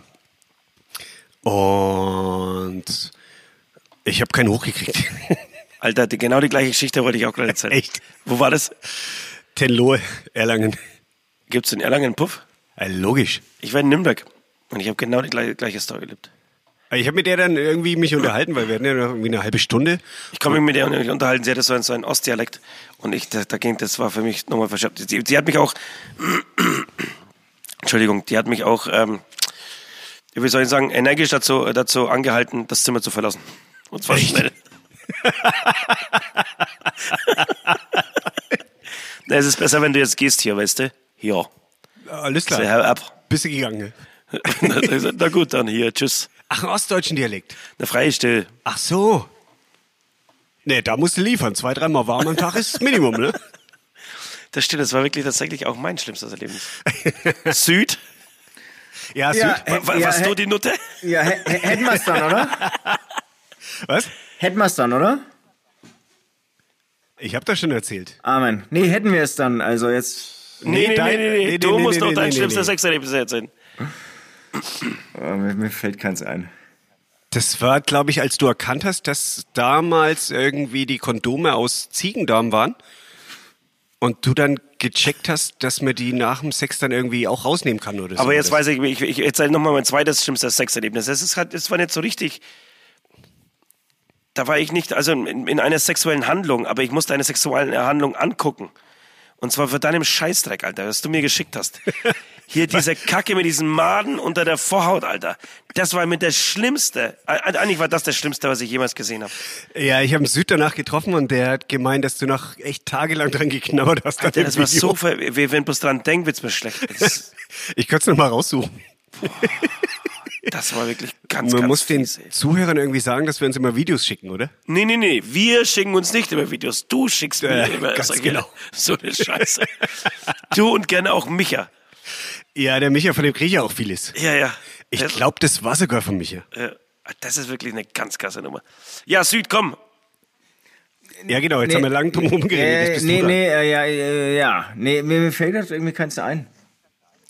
[SPEAKER 4] Und ich habe keinen hochgekriegt.
[SPEAKER 3] Alter, die, genau die gleiche Geschichte wollte ich auch gerade erzählen.
[SPEAKER 4] Echt?
[SPEAKER 3] Wo war das?
[SPEAKER 4] Tenlohe, Erlangen.
[SPEAKER 3] Gibt's in Erlangen einen Puff?
[SPEAKER 4] Ja, logisch.
[SPEAKER 3] Ich war in Nürnberg und ich habe genau die gleiche, gleiche Story erlebt.
[SPEAKER 4] Ich habe mit der dann irgendwie mich unterhalten, weil wir hatten ja noch irgendwie eine halbe Stunde.
[SPEAKER 3] Ich komme mit der nicht unterhalten, sie hatte so einen, so einen Ostdialekt und ich, da, da ging, das war für mich nochmal verschärft. Die, die hat mich auch, Entschuldigung, die hat mich auch, ähm, wie soll ich sagen, energisch dazu, dazu angehalten, das Zimmer zu verlassen. Und zwar schnell. Na, es ist besser, wenn du jetzt gehst hier, weißt du? Ja.
[SPEAKER 4] Alles
[SPEAKER 3] Also,
[SPEAKER 4] klar.
[SPEAKER 3] hör ab.
[SPEAKER 4] Bist du gegangen? ne?
[SPEAKER 3] Na, Na gut, dann hier, tschüss.
[SPEAKER 4] Ach, einen ostdeutschen Dialekt.
[SPEAKER 3] Na, frei still.
[SPEAKER 4] Ach so. Nee, da musst du liefern. Zwei, dreimal warm am Tag ist das Minimum, ne?
[SPEAKER 3] Das stimmt, das war wirklich tatsächlich auch mein schlimmstes Erlebnis. Süd?
[SPEAKER 4] Ja,
[SPEAKER 5] Ja,
[SPEAKER 4] Süd.
[SPEAKER 5] äh,
[SPEAKER 3] Wa-
[SPEAKER 5] ja,
[SPEAKER 3] was
[SPEAKER 5] hä-
[SPEAKER 3] du die Nutte?
[SPEAKER 5] Ja, hä- hä- hätten wir es dann, oder?
[SPEAKER 4] Was?
[SPEAKER 5] Hätten wir es dann, oder?
[SPEAKER 4] Ich habe das schon erzählt.
[SPEAKER 5] Amen. Nee, hätten wir es dann. Also jetzt.
[SPEAKER 3] Nee, nee, nee, nee,
[SPEAKER 4] dein-
[SPEAKER 3] nee,
[SPEAKER 4] nee,
[SPEAKER 3] Du
[SPEAKER 4] nee,
[SPEAKER 3] musst
[SPEAKER 4] nee,
[SPEAKER 3] doch
[SPEAKER 4] nee,
[SPEAKER 3] dein
[SPEAKER 4] nee,
[SPEAKER 3] schlimmstes
[SPEAKER 4] nee.
[SPEAKER 3] Sexerlebnis erzählen.
[SPEAKER 5] Oh, mir, mir fällt keins ein.
[SPEAKER 4] Das war, glaube ich, als du erkannt hast, dass damals irgendwie die Kondome aus Ziegendarm waren und du dann gecheckt hast, dass man die nach dem Sex dann irgendwie auch rausnehmen kann oder so.
[SPEAKER 3] Aber jetzt weiß
[SPEAKER 4] Das-
[SPEAKER 3] ich, ich, ich erzähle nochmal mein zweites schlimmstes Sexerlebnis. Das, ist halt, das war nicht so richtig. Da war ich nicht, also in, in einer sexuellen Handlung, aber ich musste eine sexuelle Handlung angucken. Und zwar für deinem Scheißdreck, Alter, was du mir geschickt hast. Hier diese Kacke mit diesen Maden unter der Vorhaut, Alter. Das war mit der Schlimmste. Äh, Eigentlich war das das Schlimmste, was ich jemals gesehen habe.
[SPEAKER 4] Ja, ich habe einen Süd danach getroffen und der hat gemeint, dass du noch echt tagelang dran geknabbert hast. an
[SPEAKER 3] Ja,
[SPEAKER 4] dem
[SPEAKER 3] das war
[SPEAKER 4] Video.
[SPEAKER 3] so, ver wenn ich bloß dran denke, wird's mir schlecht. Das,
[SPEAKER 4] Ich könnte es nochmal raussuchen.
[SPEAKER 3] das war wirklich ganz,
[SPEAKER 4] Man
[SPEAKER 3] ganz
[SPEAKER 4] muss den
[SPEAKER 3] fies, ey.
[SPEAKER 4] Zuhörern irgendwie sagen, dass wir uns immer Videos schicken, oder?
[SPEAKER 3] Nee, nee, nee, wir schicken uns nicht immer Videos. Du schickst mir
[SPEAKER 4] Äh,
[SPEAKER 3] immer
[SPEAKER 4] ganz
[SPEAKER 3] solche,
[SPEAKER 4] genau.
[SPEAKER 3] so eine Scheiße. du und gerne auch Micha.
[SPEAKER 4] Ja, der Micha, von dem kriege ich ja auch vieles.
[SPEAKER 3] Ja, ja.
[SPEAKER 4] Ich
[SPEAKER 3] Der-
[SPEAKER 4] glaube, das war sogar von Micha.
[SPEAKER 3] äh, Das ist wirklich eine ganz krasse Nummer. Ja, Süd, komm.
[SPEAKER 4] Ja, genau, jetzt haben wir lang drum herum geredet. Jetzt
[SPEAKER 5] Äh,
[SPEAKER 4] bist
[SPEAKER 5] nee,
[SPEAKER 4] du dran.
[SPEAKER 5] nee, äh, ja, äh, ja. Nee, mir, mir fällt das irgendwie keins ein.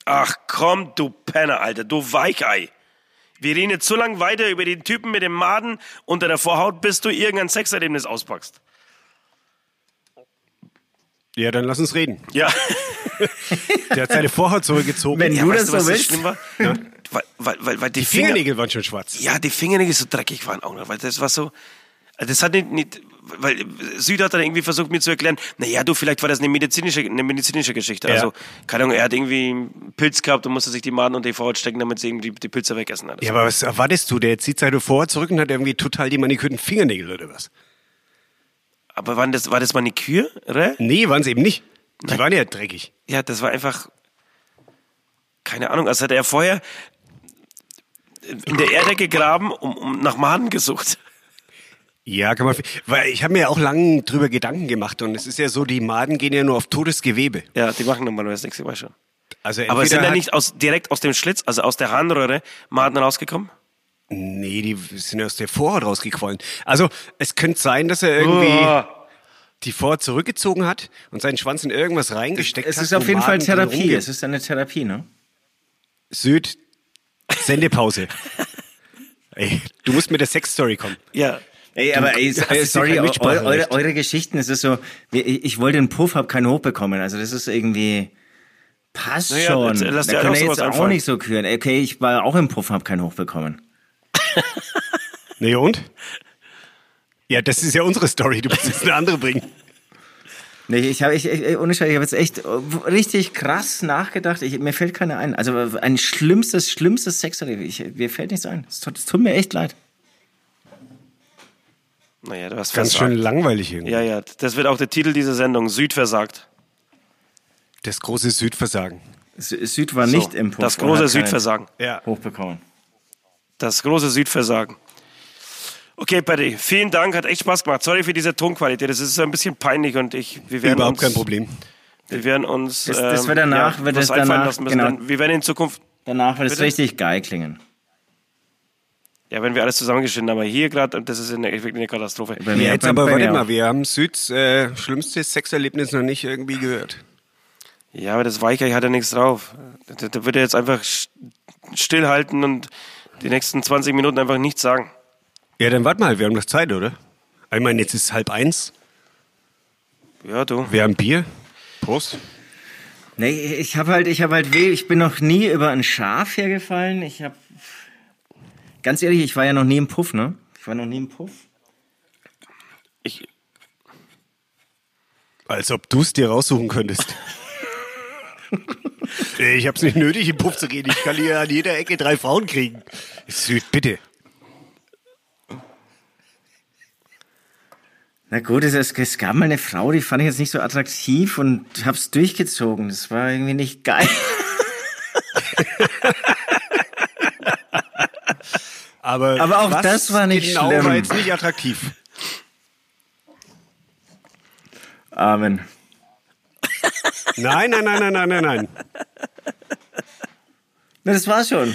[SPEAKER 3] Ach komm, du Penner, Alter, du Weichei. Wir reden jetzt so lange weiter über den Typen mit dem Maden unter der Vorhaut, bis du irgendein Sexerlebnis auspackst.
[SPEAKER 4] Ja, dann lass uns reden.
[SPEAKER 3] Ja.
[SPEAKER 4] Der hat seine Vorhaut zurückgezogen.
[SPEAKER 5] Wenn
[SPEAKER 4] ja,
[SPEAKER 5] du
[SPEAKER 3] weißt
[SPEAKER 5] das so
[SPEAKER 3] was
[SPEAKER 5] willst.
[SPEAKER 3] schlimm war? Weil, weil, weil, weil die,
[SPEAKER 4] die
[SPEAKER 3] Finger,
[SPEAKER 4] Fingernägel waren schon schwarz.
[SPEAKER 3] Ja, die Fingernägel so dreckig waren auch noch, weil das war so. Das hat nicht, nicht weil Süd hat dann irgendwie versucht mir zu erklären, naja, du, vielleicht war das eine medizinische, eine medizinische Geschichte.
[SPEAKER 4] Ja.
[SPEAKER 3] Also, keine Ahnung, er hat irgendwie einen Pilz gehabt und musste sich die Maden und die Vorhaut stecken, damit sie irgendwie die, die Pilze wegessen hat.
[SPEAKER 4] Ja, aber was erwartest du? Der zieht seine Vorhaut zurück und hat irgendwie total die manikürten Fingernägel oder was?
[SPEAKER 3] Aber waren das, war das Maniküre?
[SPEAKER 4] Nee, waren sie eben nicht. Die waren ja dreckig.
[SPEAKER 3] Ja, das war einfach. Keine Ahnung, als hätte er vorher in der Erde gegraben und um, nach Maden gesucht.
[SPEAKER 4] Ja, kann man. Weil ich habe mir ja auch lange drüber Gedanken gemacht und es ist ja so, die Maden gehen ja nur auf totes Gewebe.
[SPEAKER 3] Ja, die machen normalerweise nichts, ich weiß schon.
[SPEAKER 4] Also
[SPEAKER 3] Aber
[SPEAKER 4] entweder
[SPEAKER 3] sind da
[SPEAKER 4] hat-
[SPEAKER 3] nicht aus, direkt aus dem Schlitz, also aus der Harnröhre, Maden rausgekommen?
[SPEAKER 4] Nee, die sind aus der Vorhaut rausgequollen. Also, es könnte sein, dass er irgendwie
[SPEAKER 5] Oh.
[SPEAKER 4] die Vorhaut zurückgezogen hat und seinen Schwanz in irgendwas reingesteckt
[SPEAKER 5] Es
[SPEAKER 4] hat.
[SPEAKER 5] ist auf
[SPEAKER 4] wo
[SPEAKER 5] jeden Fall
[SPEAKER 4] Maden drin
[SPEAKER 5] Therapie.
[SPEAKER 4] rumgeht.
[SPEAKER 5] Es ist eine Therapie, ne?
[SPEAKER 4] Süd, Sendepause. Ey, du musst mit der Sexstory kommen.
[SPEAKER 3] Ja.
[SPEAKER 5] Ey, aber ey,
[SPEAKER 4] hast jetzt
[SPEAKER 5] sorry,
[SPEAKER 4] hier kein
[SPEAKER 5] eu- eu-
[SPEAKER 4] Mitspracherecht.
[SPEAKER 5] eure, eure Geschichten, es ist so, ich ich wollte einen Puff, hab keinen hochbekommen. Also das ist irgendwie passt
[SPEAKER 3] Naja,
[SPEAKER 5] schon.
[SPEAKER 3] jetzt lass dir
[SPEAKER 5] da
[SPEAKER 3] auch
[SPEAKER 5] können wir
[SPEAKER 3] sowas
[SPEAKER 5] jetzt auch
[SPEAKER 3] einfallen.
[SPEAKER 5] nicht so küren. Okay, ich war auch im Puff, hab keinen hochbekommen.
[SPEAKER 4] Nee, und? Ja, das ist ja unsere Story. Du musst jetzt eine andere bringen.
[SPEAKER 5] Nee, ich habe ich, ich ohne Scheiß, ich habe jetzt echt äh, richtig krass nachgedacht. Ich, mir fällt keine ein. Also ein schlimmstes, schlimmstes Sexerleben. Ich, mir fällt nichts ein. Es tut, es tut mir echt leid.
[SPEAKER 3] Naja, du hast
[SPEAKER 4] Ganz schön
[SPEAKER 3] versagt.
[SPEAKER 4] langweilig irgendwie.
[SPEAKER 3] Ja, ja, das wird auch der Titel dieser Sendung, Süd versagt.
[SPEAKER 4] Das große Südversagen.
[SPEAKER 5] Sü- Süd war
[SPEAKER 3] So,
[SPEAKER 5] nicht im Puff.
[SPEAKER 3] Das
[SPEAKER 5] und
[SPEAKER 3] große
[SPEAKER 5] hat keinen
[SPEAKER 3] Südversagen.
[SPEAKER 4] Ja.
[SPEAKER 5] Hochbekommen.
[SPEAKER 3] Das große Südversagen. Okay, Patty, vielen Dank, hat echt Spaß gemacht. Sorry für diese Tonqualität, das ist so ein bisschen peinlich und ich, wir werden
[SPEAKER 4] Überhaupt
[SPEAKER 3] uns,
[SPEAKER 4] kein Problem.
[SPEAKER 3] Wir werden uns
[SPEAKER 5] Das- das
[SPEAKER 3] ähm,
[SPEAKER 5] wird danach- wird
[SPEAKER 3] was
[SPEAKER 5] es
[SPEAKER 3] einfallen
[SPEAKER 5] danach-
[SPEAKER 3] lassen müssen.
[SPEAKER 5] genau.
[SPEAKER 3] Denn Wir werden in Zukunft,
[SPEAKER 5] Danach wird es
[SPEAKER 3] Bitte?
[SPEAKER 5] richtig geil klingen.
[SPEAKER 3] ja, wenn wir alles zusammengeschnitten haben, aber hier gerade, das ist eine, wirklich eine Katastrophe.
[SPEAKER 5] Bei mir-
[SPEAKER 4] Ja, jetzt
[SPEAKER 5] bei-
[SPEAKER 4] aber
[SPEAKER 5] bei
[SPEAKER 4] warte
[SPEAKER 5] mir
[SPEAKER 4] mal,
[SPEAKER 5] auch.
[SPEAKER 4] wir haben Süds äh, schlimmstes Sexerlebnis noch nicht irgendwie gehört.
[SPEAKER 3] Ja, aber das Weichei hat ja nichts drauf. Da, da wird er jetzt einfach sch- stillhalten und die nächsten 20 Minuten einfach nichts sagen.
[SPEAKER 4] Ja, dann warte mal, wir haben noch Zeit, oder? Ich meine, jetzt ist halb eins,
[SPEAKER 3] Ja, du.
[SPEAKER 4] wir haben Bier. Prost.
[SPEAKER 5] Nee, ich habe halt, ich habe halt weh. Ich bin noch nie über ein Schaf hergefallen. Ich habe, ganz ehrlich, ich war ja noch nie im Puff, ne? Ich war noch nie im Puff.
[SPEAKER 3] Ich,
[SPEAKER 4] Als ob du es dir raussuchen könntest. Ey, ich hab's nicht nötig, im Puff zu reden. Ich kann hier an jeder Ecke drei Frauen kriegen. Süd, bitte.
[SPEAKER 5] Na gut, es, es- es gab mal eine Frau, die fand ich jetzt nicht so attraktiv und hab's durchgezogen. Das war irgendwie nicht geil.
[SPEAKER 4] Aber,
[SPEAKER 5] Aber auch
[SPEAKER 4] was
[SPEAKER 5] das war nicht
[SPEAKER 4] genau
[SPEAKER 5] schlimm.
[SPEAKER 4] war jetzt nicht attraktiv.
[SPEAKER 5] Amen.
[SPEAKER 4] Nein, nein, nein, nein, nein, nein, nein.
[SPEAKER 5] Na, das war's schon.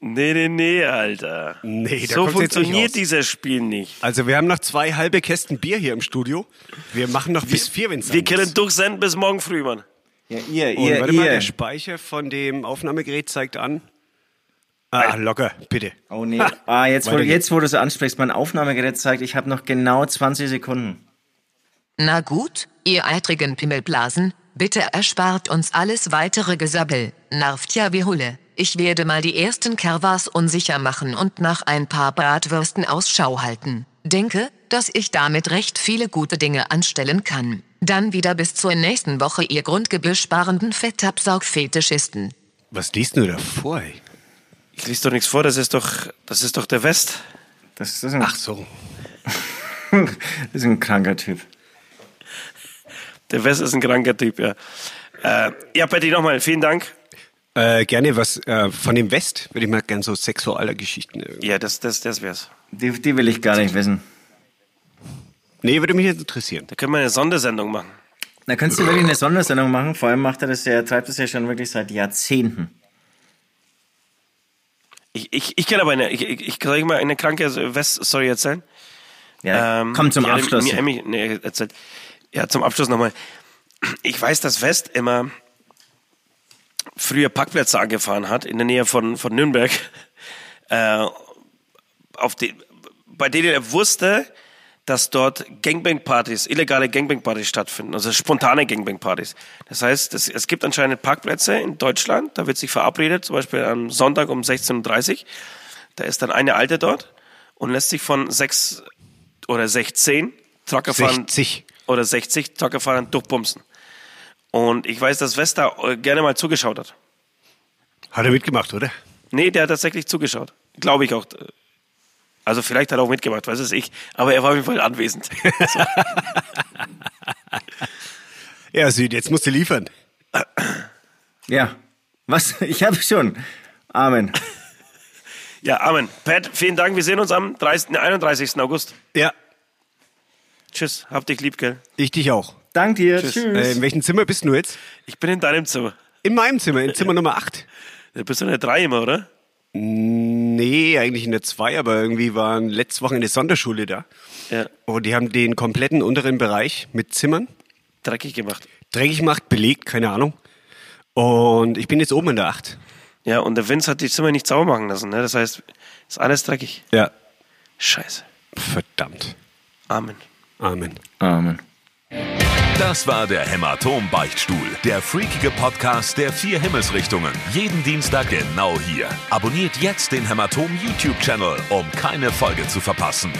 [SPEAKER 3] nee, nee, nee, Alter.
[SPEAKER 4] Nee, da
[SPEAKER 3] so
[SPEAKER 4] kommt's jetzt nicht raus.
[SPEAKER 3] funktioniert dieses Spiel nicht.
[SPEAKER 4] Also wir haben noch zwei halbe Kästen Bier hier im Studio. Wir machen noch bis vier, wenn's
[SPEAKER 3] Wir
[SPEAKER 4] sein muss.
[SPEAKER 3] können durchsenden bis morgen früh, Mann.
[SPEAKER 5] Ja, ihr,
[SPEAKER 4] Und
[SPEAKER 5] ihr,
[SPEAKER 4] warte
[SPEAKER 5] ihr.
[SPEAKER 4] mal, der Speicher von dem Aufnahmegerät zeigt an. Ah, locker, bitte.
[SPEAKER 5] oh nee. Ah, jetzt wo,
[SPEAKER 4] Weiter
[SPEAKER 5] jetzt, wo du so ansprichst, mein Aufnahmegerät zeigt, ich habe noch genau 20 Sekunden.
[SPEAKER 2] Na gut, ihr eitrigen Pimmelblasen, Bitte erspart uns alles weitere Gesabbel, nervt ja wie Hulle. Ich werde mal die ersten Kervas unsicher machen und nach ein paar Bratwürsten Ausschau halten. Denke, dass ich damit recht viele gute Dinge anstellen kann. Dann wieder bis zur nächsten Woche, ihr grundgebührsparenden Fettabsaugfetischisten.
[SPEAKER 4] Was liest du da vor? Ey?
[SPEAKER 3] Ich lese doch nichts vor, das ist doch, das ist doch der West.
[SPEAKER 5] Das ist, das ist, ein,
[SPEAKER 4] Ach so.
[SPEAKER 5] das ist ein kranker Typ.
[SPEAKER 3] Der West ist ein kranker Typ, ja. Äh, ja, Patty, nochmal, vielen Dank.
[SPEAKER 4] Äh, gerne was äh, von dem West, würde ich mal gerne so sexualer Geschichten. Äh.
[SPEAKER 3] Ja, das, das, das wär's.
[SPEAKER 5] Die, die will ich gar nicht wissen.
[SPEAKER 4] Nee, würde mich jetzt interessieren.
[SPEAKER 3] Da können wir eine Sondersendung machen.
[SPEAKER 5] Da kannst du wirklich eine Sondersendung machen. Vor allem macht er das ja, treibt das ja schon wirklich seit Jahrzehnten.
[SPEAKER 3] Ich, ich, ich kann aber eine, ich, ich, ich kann euch mal eine kranke West-Story erzählen.
[SPEAKER 5] Ja, komm zum
[SPEAKER 3] Ähm, ja,
[SPEAKER 5] Abschluss.
[SPEAKER 3] Mir, mir, nee, erzählt. Ja, zum Abschluss nochmal. Ich weiß, dass West immer früher Parkplätze angefahren hat in der Nähe von, von Nürnberg, äh, auf die, bei denen er wusste, dass dort Gangbang-Partys, illegale Gangbang-Partys stattfinden, also spontane Gangbang-Partys. Das heißt, es, es gibt anscheinend Parkplätze in Deutschland, da wird sich verabredet, zum Beispiel am Sonntag um 16.30 Uhr, da ist dann eine Alte dort und lässt sich von sechs oder 16 Truckerfahrern
[SPEAKER 4] 60.
[SPEAKER 3] oder 60 Truckerfahrern durchbumsen. Und ich weiß, dass Wester gerne mal zugeschaut hat.
[SPEAKER 4] Hat er mitgemacht, oder?
[SPEAKER 3] Nee, der hat tatsächlich zugeschaut. Glaube ich auch. Also vielleicht hat er auch mitgemacht, weiß es ich. Aber er war auf jeden Fall anwesend.
[SPEAKER 4] Ja, Süd, jetzt musst du liefern.
[SPEAKER 5] Ja. Was? Ich habe schon. Amen.
[SPEAKER 3] ja, Amen. Pat, vielen Dank. Wir sehen uns am 30, 31. August.
[SPEAKER 4] Ja,
[SPEAKER 3] Tschüss. Hab dich lieb, gell?
[SPEAKER 4] ich dich auch.
[SPEAKER 5] Dank dir. Tschüss.
[SPEAKER 4] Äh, in welchem Zimmer bist du jetzt?
[SPEAKER 3] Ich bin in deinem Zimmer.
[SPEAKER 4] In meinem Zimmer, in Zimmer Nummer 8.
[SPEAKER 3] Du bist doch eine 3 immer, oder?
[SPEAKER 4] Nee, eigentlich in der 2, aber irgendwie waren letzte Woche eine Sonderschule da.
[SPEAKER 3] Ja.
[SPEAKER 4] Und die haben den kompletten unteren Bereich mit Zimmern
[SPEAKER 3] Dreckig gemacht.
[SPEAKER 4] dreckig gemacht, belegt, keine Ahnung. Und ich bin jetzt oben in der 8.
[SPEAKER 3] Ja, und der Vince hat die Zimmer nicht sauber machen lassen, ne? Das heißt, ist alles dreckig.
[SPEAKER 4] Ja.
[SPEAKER 3] Scheiße.
[SPEAKER 4] Verdammt.
[SPEAKER 3] Amen.
[SPEAKER 4] Amen.
[SPEAKER 5] Amen.
[SPEAKER 1] Das war der Hämatom-Beichtstuhl, der freakige Podcast der vier Himmelsrichtungen. Jeden Dienstag genau hier. Abonniert jetzt den Hämatom-YouTube-Channel, um keine Folge zu verpassen.